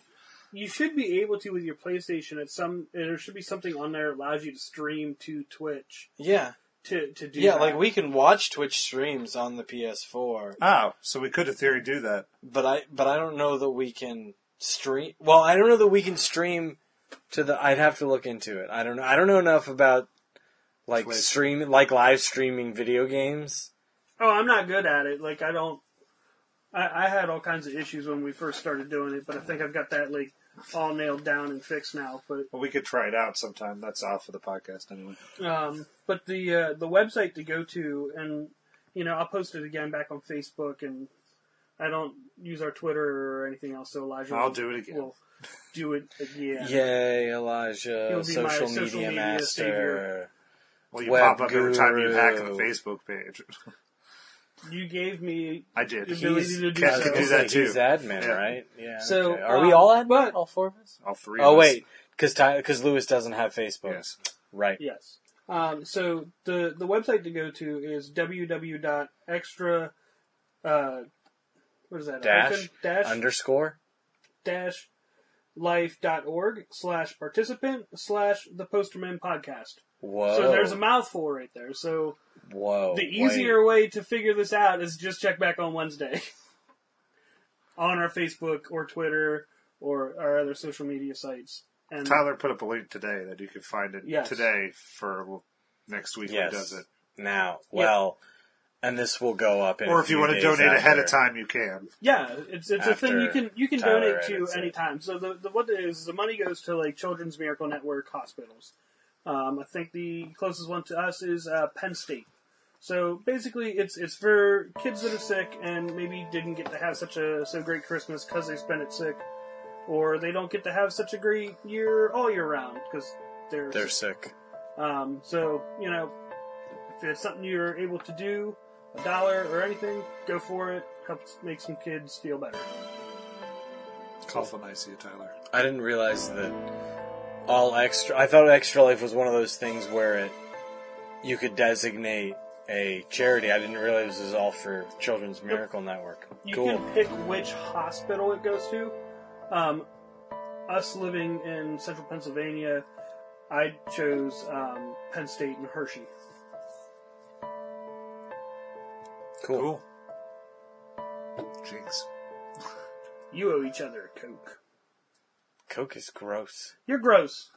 Speaker 3: you should be able to with your PlayStation at some there should be something on there that allows you to stream to Twitch
Speaker 7: Yeah,
Speaker 3: to to do
Speaker 7: yeah.
Speaker 3: that.
Speaker 7: Like we can watch Twitch streams on the PS4,
Speaker 2: Oh, so we could in theory do that.
Speaker 7: but I but I don't know that we can stream. Well, I don't know that we can stream.
Speaker 1: to the I'd have to look into it. I don't know. I don't know enough about like
Speaker 2: Twitch.
Speaker 1: stream like live streaming video games.
Speaker 3: Oh, I'm not good at it. Like I don't. I, I had all kinds of issues when we first started doing it, but I think I've got that like all nailed down and fixed now. But
Speaker 2: Well, we could try it out sometime. That's off of the podcast anyway.
Speaker 3: Um, but the uh, the website to go to, and you know, I'll post it again back on Facebook, and I don't use our Twitter or anything else. So Elijah,
Speaker 2: I'll
Speaker 3: will-
Speaker 2: do it again.
Speaker 3: will do it again.
Speaker 1: Yay, Elijah,
Speaker 3: He'll be my
Speaker 1: social
Speaker 3: social
Speaker 1: media,
Speaker 3: media
Speaker 1: master.
Speaker 3: savior.
Speaker 2: Well, you
Speaker 1: Web
Speaker 2: pop up every time you hack the
Speaker 1: guru.
Speaker 2: Facebook page.
Speaker 3: You gave me.
Speaker 2: I did.
Speaker 3: He's- Ability to do
Speaker 1: I was
Speaker 2: so.
Speaker 1: gonna
Speaker 2: Do that
Speaker 1: say, he's
Speaker 2: too.
Speaker 1: admin,
Speaker 2: Yeah.
Speaker 1: right? Yeah.
Speaker 3: So,
Speaker 1: okay. are we
Speaker 3: um,
Speaker 1: all admin?
Speaker 3: but-
Speaker 1: all four of us?
Speaker 2: All three.
Speaker 1: Oh
Speaker 2: of us.
Speaker 1: wait, because because Lewis doesn't have Facebook,
Speaker 2: Yes.
Speaker 1: right?
Speaker 3: Yes. Um, so the the website to go to is www.extra. Uh, what is that? a
Speaker 1: Dash,
Speaker 3: hyphen? dash
Speaker 1: Underscore.
Speaker 3: dash life dot org slash participant slash the Posterman podcast.
Speaker 1: Whoa.
Speaker 2: Oh.
Speaker 3: So there's a mouthful right there. So
Speaker 1: Whoa.
Speaker 3: the
Speaker 1: wait.
Speaker 3: easier way to figure this out is just check back on Wednesday on our Facebook or Twitter or our other social media sites. And
Speaker 2: Tyler put up a link today that you can find it
Speaker 3: Yes.
Speaker 2: today for next week when he
Speaker 1: Yes.
Speaker 2: does it.
Speaker 1: Now, well, and this will go up. In
Speaker 2: Or if you want to donate ahead of time, you can.
Speaker 3: yeah, it's it's a thing you
Speaker 1: After
Speaker 3: can you can
Speaker 1: Tyler
Speaker 3: donate to
Speaker 1: edits it.
Speaker 3: anytime. So the, the what it is is the money goes to like Children's Miracle Network hospitals. Um, I think the closest one to us is uh, Penn State. So basically, it's it's for kids that are sick and maybe didn't get to have such a so great Christmas because they spent it sick, or they don't get to have such a great year all year round because they're
Speaker 1: They're sick.
Speaker 3: um, so you know, if it's something you're able to do, a dollar or anything, go for it. Helps make some kids feel better.
Speaker 2: Call them I see you, Tyler.
Speaker 1: I didn't realize that all extra. I thought extra life was one of those things where it you could designate a charity. I didn't realize it was all for Children's Miracle Network.
Speaker 3: You
Speaker 1: cool.
Speaker 3: can pick which hospital it goes to. Um, us living in central Pennsylvania, I chose um, Penn State and Hershey.
Speaker 1: cool.
Speaker 2: Jinx.
Speaker 3: You owe each other a Coke.
Speaker 1: Coke is gross.
Speaker 3: You're gross.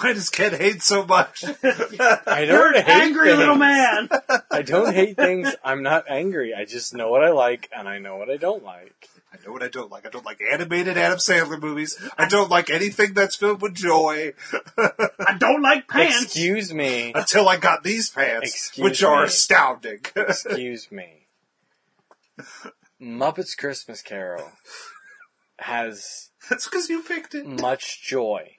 Speaker 2: Why does Ken hate so much?
Speaker 1: I don't hate
Speaker 3: Angry
Speaker 1: things.
Speaker 3: little man.
Speaker 1: I don't hate things. I'm not angry. I just know what I like and I know what I don't like.
Speaker 2: I know what I don't like. I don't like animated Adam Sandler movies. I don't like anything that's filled with joy.
Speaker 3: I don't like pants.
Speaker 1: Excuse me.
Speaker 2: Until I got these pants,
Speaker 1: Excuse
Speaker 2: which are
Speaker 1: me.
Speaker 2: astounding.
Speaker 1: Excuse me. Muppets Christmas Carol has
Speaker 2: that's because you picked it.
Speaker 1: much joy.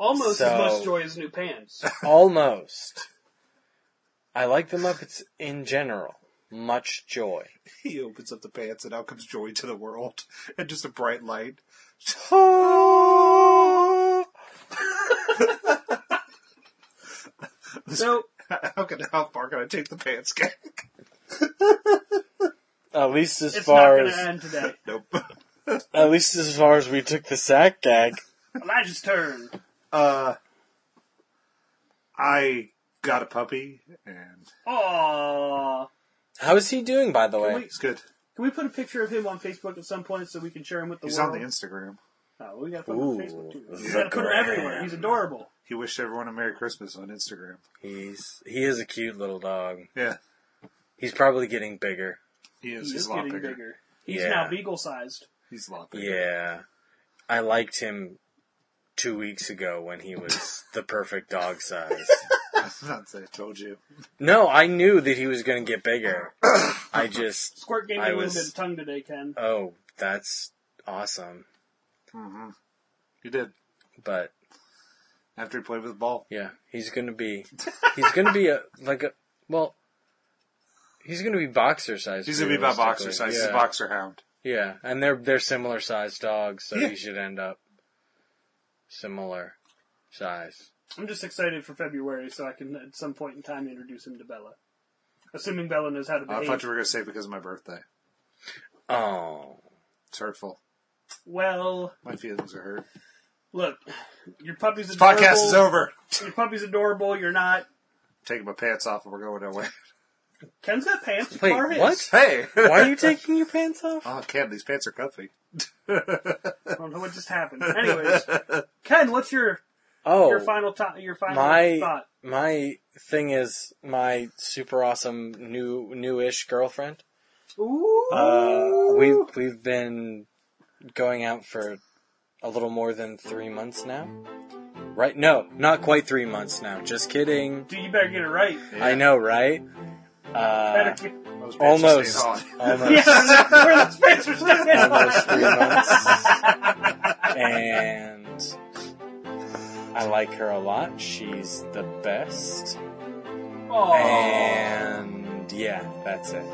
Speaker 3: Almost
Speaker 1: So-
Speaker 3: as much joy as new pants.
Speaker 1: Almost. I like the Muppets in general. Much joy.
Speaker 2: He opens up the pants, and out comes joy to the world, and just a bright light.
Speaker 3: So
Speaker 2: How can how far can I take the pants gag?
Speaker 1: At least as
Speaker 3: it's not
Speaker 1: far
Speaker 3: going
Speaker 1: as
Speaker 3: to end today.
Speaker 2: Nope.
Speaker 1: at least as far as we took the sack gag.
Speaker 3: Elijah's turn.
Speaker 2: Uh, I got a puppy, and
Speaker 3: Aww.
Speaker 1: How is he doing, by the way?
Speaker 3: we-
Speaker 2: it's good.
Speaker 3: Can we put a picture of him on Facebook at some point so we can share him with the
Speaker 2: He's
Speaker 3: world?
Speaker 2: on the Instagram.
Speaker 3: Oh, we gotta put him on
Speaker 1: Ooh,
Speaker 3: Facebook too.
Speaker 1: the
Speaker 3: We gotta put him
Speaker 1: gram.
Speaker 3: everywhere. He's adorable.
Speaker 2: He wished everyone a Merry Christmas on Instagram.
Speaker 1: He's he is a cute little dog.
Speaker 2: Yeah,
Speaker 1: He's probably getting bigger.
Speaker 2: he is.
Speaker 3: He
Speaker 2: He's
Speaker 3: is
Speaker 2: a lot
Speaker 3: getting
Speaker 2: bigger.
Speaker 3: bigger. He's
Speaker 1: Yeah.
Speaker 3: now beagle sized.
Speaker 2: He's a lot bigger.
Speaker 1: Yeah. I liked him two weeks ago when he was the perfect dog size.
Speaker 2: I'm not saying I told you.
Speaker 1: No, I knew that he was going to get bigger. I just,
Speaker 3: Squirt gave me
Speaker 1: I
Speaker 3: a little
Speaker 1: was-
Speaker 3: bit of tongue today, Ken.
Speaker 1: oh, that's awesome.
Speaker 2: You Mm-hmm. did
Speaker 1: But
Speaker 2: after he played with the ball.
Speaker 1: yeah, he's going to be, he's going to be a, like a, well, he's going to be boxer size.
Speaker 2: He's gonna be about boxer
Speaker 1: realistically.
Speaker 2: size. He's
Speaker 1: Yeah.
Speaker 2: a boxer hound.
Speaker 1: Yeah, and they're they're similar sized dogs, so
Speaker 2: Yeah.
Speaker 1: he should end up similar size.
Speaker 3: I'm just excited for February so I can at some point in time introduce him to Bella. Assuming Bella knows how to
Speaker 2: I
Speaker 3: behave.
Speaker 2: thought you were gonna say because of my birthday.
Speaker 1: Oh,
Speaker 2: It's hurtful.
Speaker 3: Well,
Speaker 2: My feelings are hurt.
Speaker 3: look, your puppy's adorable.
Speaker 2: Podcast is over.
Speaker 3: Your puppy's adorable. You're not.
Speaker 2: Taking my pants off and we're going away.
Speaker 3: Ken's got pants.
Speaker 1: wait,
Speaker 3: Bar his.
Speaker 1: what?
Speaker 2: Hey,
Speaker 1: Why are you taking your pants off?
Speaker 3: Uh,
Speaker 2: Oh, Ken, these pants are comfy.
Speaker 3: I don't know what just happened. Anyways, Ken, what's your
Speaker 1: Oh,
Speaker 3: your final to- your final
Speaker 1: my
Speaker 3: thought?
Speaker 1: my thing is my super awesome new newish girlfriend
Speaker 3: Ooh.
Speaker 7: Uh,
Speaker 1: We we've been going out for a little more than three months now. Right? No, not quite three months now. Just kidding.
Speaker 3: Dude, you better get it right.
Speaker 1: I know, right? Uh,
Speaker 3: Better get-
Speaker 2: Those bitches
Speaker 1: almost,
Speaker 2: stayed on.
Speaker 1: almost,
Speaker 3: yeah, where the Spanish were standing.
Speaker 1: almost three months, and I like her a lot. She's the best,
Speaker 3: Aw.
Speaker 1: and yeah, that's it.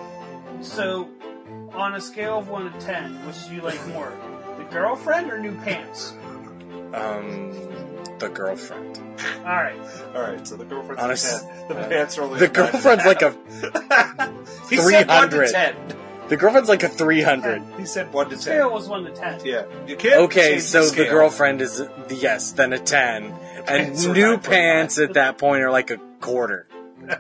Speaker 3: So, on a scale of 1 to 10, which do you like more? The girlfriend or new pants?
Speaker 1: Um, the girlfriend.
Speaker 3: Alright.
Speaker 2: All right, so the girlfriend's
Speaker 1: Honest-
Speaker 2: a ten. The
Speaker 1: uh,
Speaker 2: pants are only
Speaker 1: The
Speaker 2: a nine.
Speaker 1: girlfriend's like a
Speaker 2: he said one to
Speaker 1: 300.
Speaker 2: ten.
Speaker 1: the girlfriend's like a three hundred.
Speaker 2: He said one to ten.
Speaker 3: Scale was 1 to 10.
Speaker 2: Yeah, you can't.
Speaker 1: Okay,
Speaker 2: change
Speaker 1: so the
Speaker 2: scale.
Speaker 1: girlfriend is yes, then a ten, and
Speaker 2: Pants are
Speaker 1: new
Speaker 2: 9.9.
Speaker 1: pants at that point are like a quarter.
Speaker 3: Oh,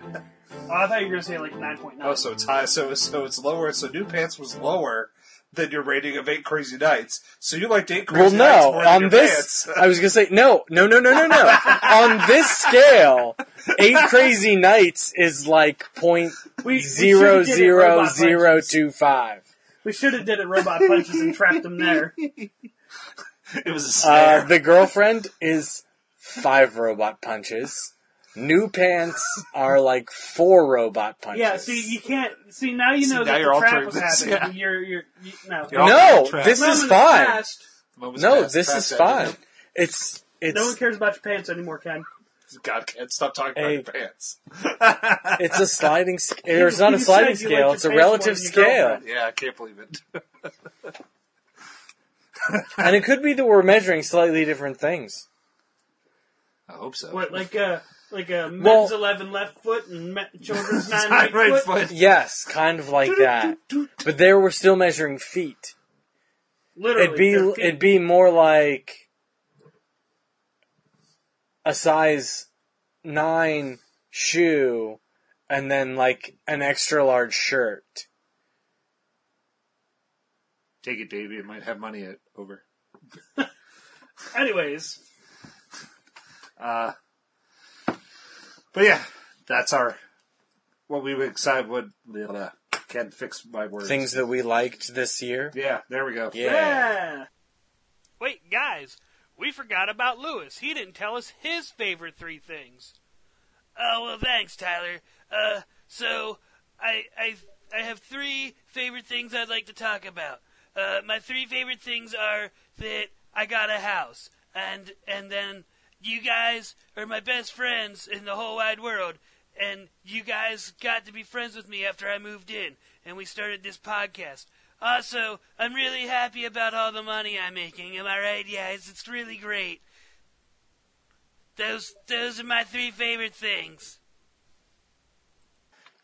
Speaker 3: I thought you were going to say like 9.9.
Speaker 2: Oh, so it's high. So so it's lower. So New Pants was lower than your rating of Eight Crazy Nights. So you liked Eight
Speaker 1: Well,
Speaker 2: Crazy Nights
Speaker 1: no,
Speaker 2: more than
Speaker 1: on
Speaker 2: New
Speaker 1: this, uh,
Speaker 2: Pants.
Speaker 1: I was gonna say no, no, no, no, no, no. on this scale, eight crazy nights is like point
Speaker 3: We- we
Speaker 1: zero
Speaker 3: should've did it
Speaker 1: zero
Speaker 3: robot
Speaker 1: zero
Speaker 3: punches.
Speaker 1: two five.
Speaker 3: We should have did it robot punches and trapped them there.
Speaker 2: it was a
Speaker 1: Uh,
Speaker 2: snare.
Speaker 1: the girlfriend is five robot punches. New pants are like four robot punches.
Speaker 3: Yeah, see, you can't. See, now you
Speaker 2: See,
Speaker 3: know
Speaker 2: now
Speaker 3: that
Speaker 2: you're
Speaker 3: the
Speaker 2: altering
Speaker 3: trap was
Speaker 2: this,
Speaker 3: happening.
Speaker 2: yeah.
Speaker 3: You're, you're, you, no.
Speaker 2: You're all
Speaker 1: no,
Speaker 2: trapped.
Speaker 1: this
Speaker 3: Moment
Speaker 1: is
Speaker 3: of
Speaker 1: fine.
Speaker 3: past.
Speaker 2: Moments
Speaker 1: No,
Speaker 2: past,
Speaker 1: this
Speaker 2: past
Speaker 1: is
Speaker 2: ending.
Speaker 1: fine. It's it's
Speaker 3: No one cares about your pants anymore, Ken.
Speaker 2: God can't stop talking
Speaker 1: Hey.
Speaker 2: about your pants.
Speaker 1: it's a sliding scale. It's not
Speaker 3: you
Speaker 1: a
Speaker 3: said
Speaker 1: sliding
Speaker 3: you
Speaker 1: scale.
Speaker 3: liked
Speaker 1: It's a
Speaker 3: your pants more
Speaker 1: relative
Speaker 3: than your
Speaker 1: scale,
Speaker 3: girlfriend.
Speaker 2: Yeah, I can't believe it.
Speaker 1: and it could be that we're measuring slightly different things.
Speaker 2: I hope so.
Speaker 3: What, like a like a men's
Speaker 1: Well-
Speaker 3: eleven left foot and me- children's nine
Speaker 2: Right,
Speaker 3: right,
Speaker 2: right
Speaker 3: foot?
Speaker 2: foot.
Speaker 1: Yes, kind of like that. But there we're still measuring feet.
Speaker 3: Literally,
Speaker 1: It'd be
Speaker 3: their feet.
Speaker 1: it'd be more like a size nine shoe, and then like an extra large shirt.
Speaker 2: Take it, baby. It might have money at over.
Speaker 3: Anyways,
Speaker 2: Uh, but yeah, that's our what we would decide would uh, can fix my words.
Speaker 1: Things that we liked this year.
Speaker 2: Yeah, there we go.
Speaker 3: yeah.
Speaker 6: Wait, guys, we forgot about Lewis. He didn't tell us his favorite three things. Oh well, thanks, Tyler. Uh, so I I I have three favorite things I'd like to talk about. Uh, my three favorite things are that I got a house, and and then you guys are my best friends in the whole wide world, and you guys got to be friends with me after I moved in, and we started this podcast. Also, I'm really happy about all the money I'm making. Am I right? Yeah, it's, it's really great. Those those are my three favorite things.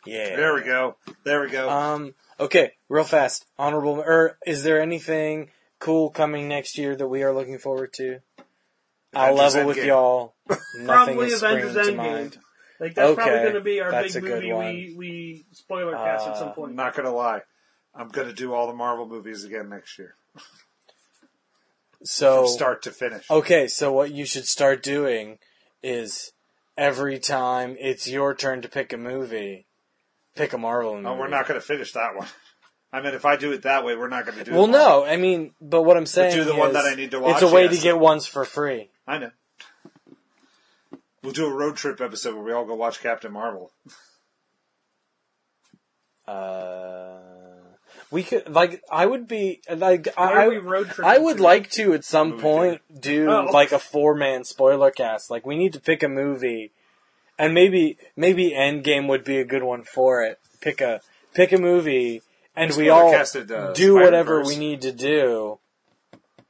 Speaker 1: Yeah.
Speaker 2: There we go. There we go.
Speaker 1: Um. Okay. Real fast. Honorable. Or is there anything cool coming next year that we are looking forward to? I'll
Speaker 2: Avengers
Speaker 1: level with
Speaker 2: Endgame.
Speaker 1: y'all. Nothing
Speaker 3: Probably
Speaker 1: is
Speaker 3: Avengers
Speaker 1: springing to
Speaker 3: Endgame.
Speaker 1: mind.
Speaker 3: Like that's probably
Speaker 1: Okay,
Speaker 3: going to be our
Speaker 1: that's
Speaker 3: big
Speaker 1: a good
Speaker 3: movie
Speaker 1: one. Uh,
Speaker 3: we we spoiler cast at some
Speaker 2: I'm
Speaker 3: point.
Speaker 2: not gonna lie. I'm gonna do all the Marvel movies again next year,
Speaker 1: So Oh.
Speaker 2: from start to finish.
Speaker 1: Okay, so what you should start doing is every time it's your turn to pick a movie, pick a Marvel movie.
Speaker 2: No, Oh, we're not gonna finish that one. I mean, if I do it that way, we're not gonna do.
Speaker 1: Well,
Speaker 2: it
Speaker 1: no, I mean, but what I'm saying
Speaker 2: do the
Speaker 1: is,
Speaker 2: one that I need to watch,
Speaker 1: It's a way
Speaker 2: yes.
Speaker 1: to get ones for free.
Speaker 2: I know. We'll do a road trip episode where we all go watch Captain Marvel.
Speaker 1: Uh, we could like I would be like
Speaker 3: Why
Speaker 1: I
Speaker 3: are we road tripping
Speaker 1: I would
Speaker 3: to?
Speaker 1: like to at some
Speaker 2: Movie
Speaker 1: point do
Speaker 3: Oh.
Speaker 1: like a four man spoiler cast. Like we need to pick a movie, and maybe maybe Endgame would be a good one for it. Pick a pick a movie, and we
Speaker 2: Spoiler
Speaker 1: all
Speaker 2: casted, uh,
Speaker 1: do whatever
Speaker 2: Spider-Verse.
Speaker 1: we need to do.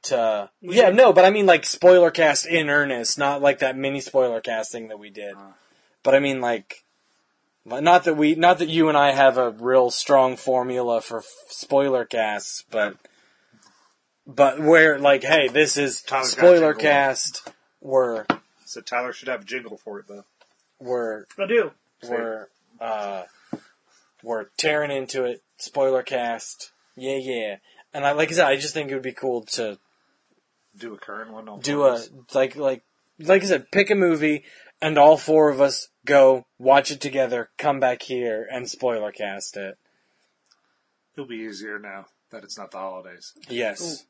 Speaker 1: To
Speaker 3: We-
Speaker 1: yeah no, but I mean like spoiler cast in earnest, not like that mini spoiler casting that we did. But I mean like. But Not that we, not that you and I have a real strong formula for f- spoiler casts, but but where like, hey, this is
Speaker 2: Tyler's got
Speaker 1: spoiler
Speaker 2: jingle.
Speaker 1: cast. We're
Speaker 2: So Tyler should have a jingle for it though.
Speaker 1: we're
Speaker 3: I do.
Speaker 1: we're uh, we're tearing into it. Spoiler cast, yeah, yeah. And I like I said, I just think it would be cool to
Speaker 2: Do a current one. on
Speaker 1: do a
Speaker 2: purpose.
Speaker 1: like like like I said, pick a movie and all four of us go watch it together, come back here and spoiler cast it.
Speaker 2: It'll be easier now that it's not the holidays.
Speaker 1: Yes.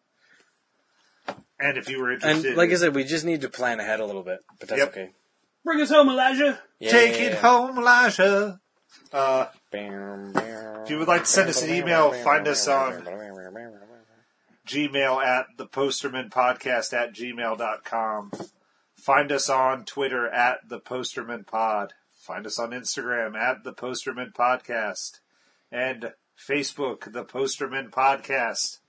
Speaker 2: And if you were interested,
Speaker 1: And like I said, we just need to plan ahead a little bit, but that's
Speaker 2: Yep.
Speaker 1: okay.
Speaker 3: Bring us home, Elijah.
Speaker 2: take it
Speaker 1: Yeah.
Speaker 2: home, Lasha. Uh,
Speaker 1: Bam,
Speaker 2: if you would like to send us an email, find us on Gmail at the postermanpodcast at gmail.com. Find us on Twitter at the Posterman Pod. Find us on Instagram at the Posterman Podcast and Facebook, the Posterman Podcast.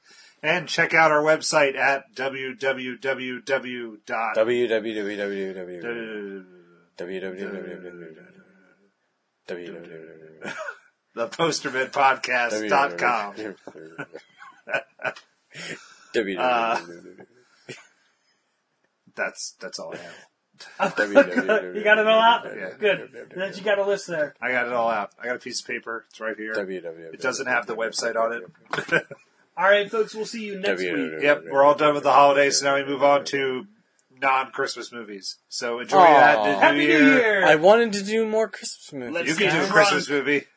Speaker 2: And check out our website at www. dot-
Speaker 1: www.
Speaker 2: thepostermanpodcast.com. That's that's all I have.
Speaker 3: you got it all out?
Speaker 2: Yeah.
Speaker 3: Good. That you got a list there.
Speaker 2: I got it all out. I got a piece of paper. It's right here. It doesn't have the website on it.
Speaker 3: All right, folks, we'll see you next week.
Speaker 2: yep, we're all done with the holidays, so now we move on to non-Christmas movies. So enjoy
Speaker 1: Aw.
Speaker 2: that. New
Speaker 3: Happy New Year!
Speaker 1: I wanted to do more Christmas movies.
Speaker 3: Let's
Speaker 2: You can do a
Speaker 3: Drunk.
Speaker 2: Christmas movie.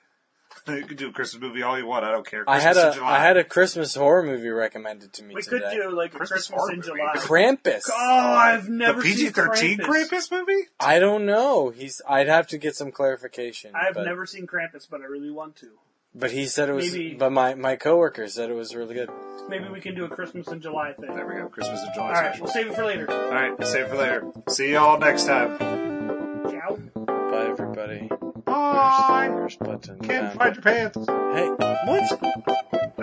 Speaker 2: You can do a Christmas movie all you want. I don't care.
Speaker 1: I had
Speaker 2: Christmas in
Speaker 1: a
Speaker 2: July.
Speaker 1: I had a Christmas horror movie recommended to me
Speaker 3: we could
Speaker 1: today.
Speaker 3: do like a
Speaker 2: Christmas
Speaker 3: Christmas,
Speaker 2: horror
Speaker 3: in
Speaker 2: movie.
Speaker 3: July.
Speaker 1: Krampus.
Speaker 3: oh, I've never
Speaker 2: the PG-13
Speaker 3: seen Krampus.
Speaker 2: Krampus movie.
Speaker 1: I don't know. He's. I'd have to get some clarification.
Speaker 3: I've
Speaker 1: but,
Speaker 3: never seen Krampus, but I really want to.
Speaker 1: But he said it was.
Speaker 3: Maybe-
Speaker 1: But my my coworker said it was really good.
Speaker 3: Maybe we can do a Christmas in July thing.
Speaker 2: There we go. Christmas in July
Speaker 3: All right,
Speaker 2: special.
Speaker 3: we'll save it for later.
Speaker 2: all right, save it for later. See y'all next time.
Speaker 3: Ciao.
Speaker 1: Bye everybody. Um,
Speaker 2: Bye.
Speaker 1: First button.
Speaker 2: Can't
Speaker 1: down.
Speaker 2: find your pants.
Speaker 1: Hey, what?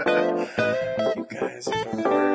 Speaker 1: you guys are the worst.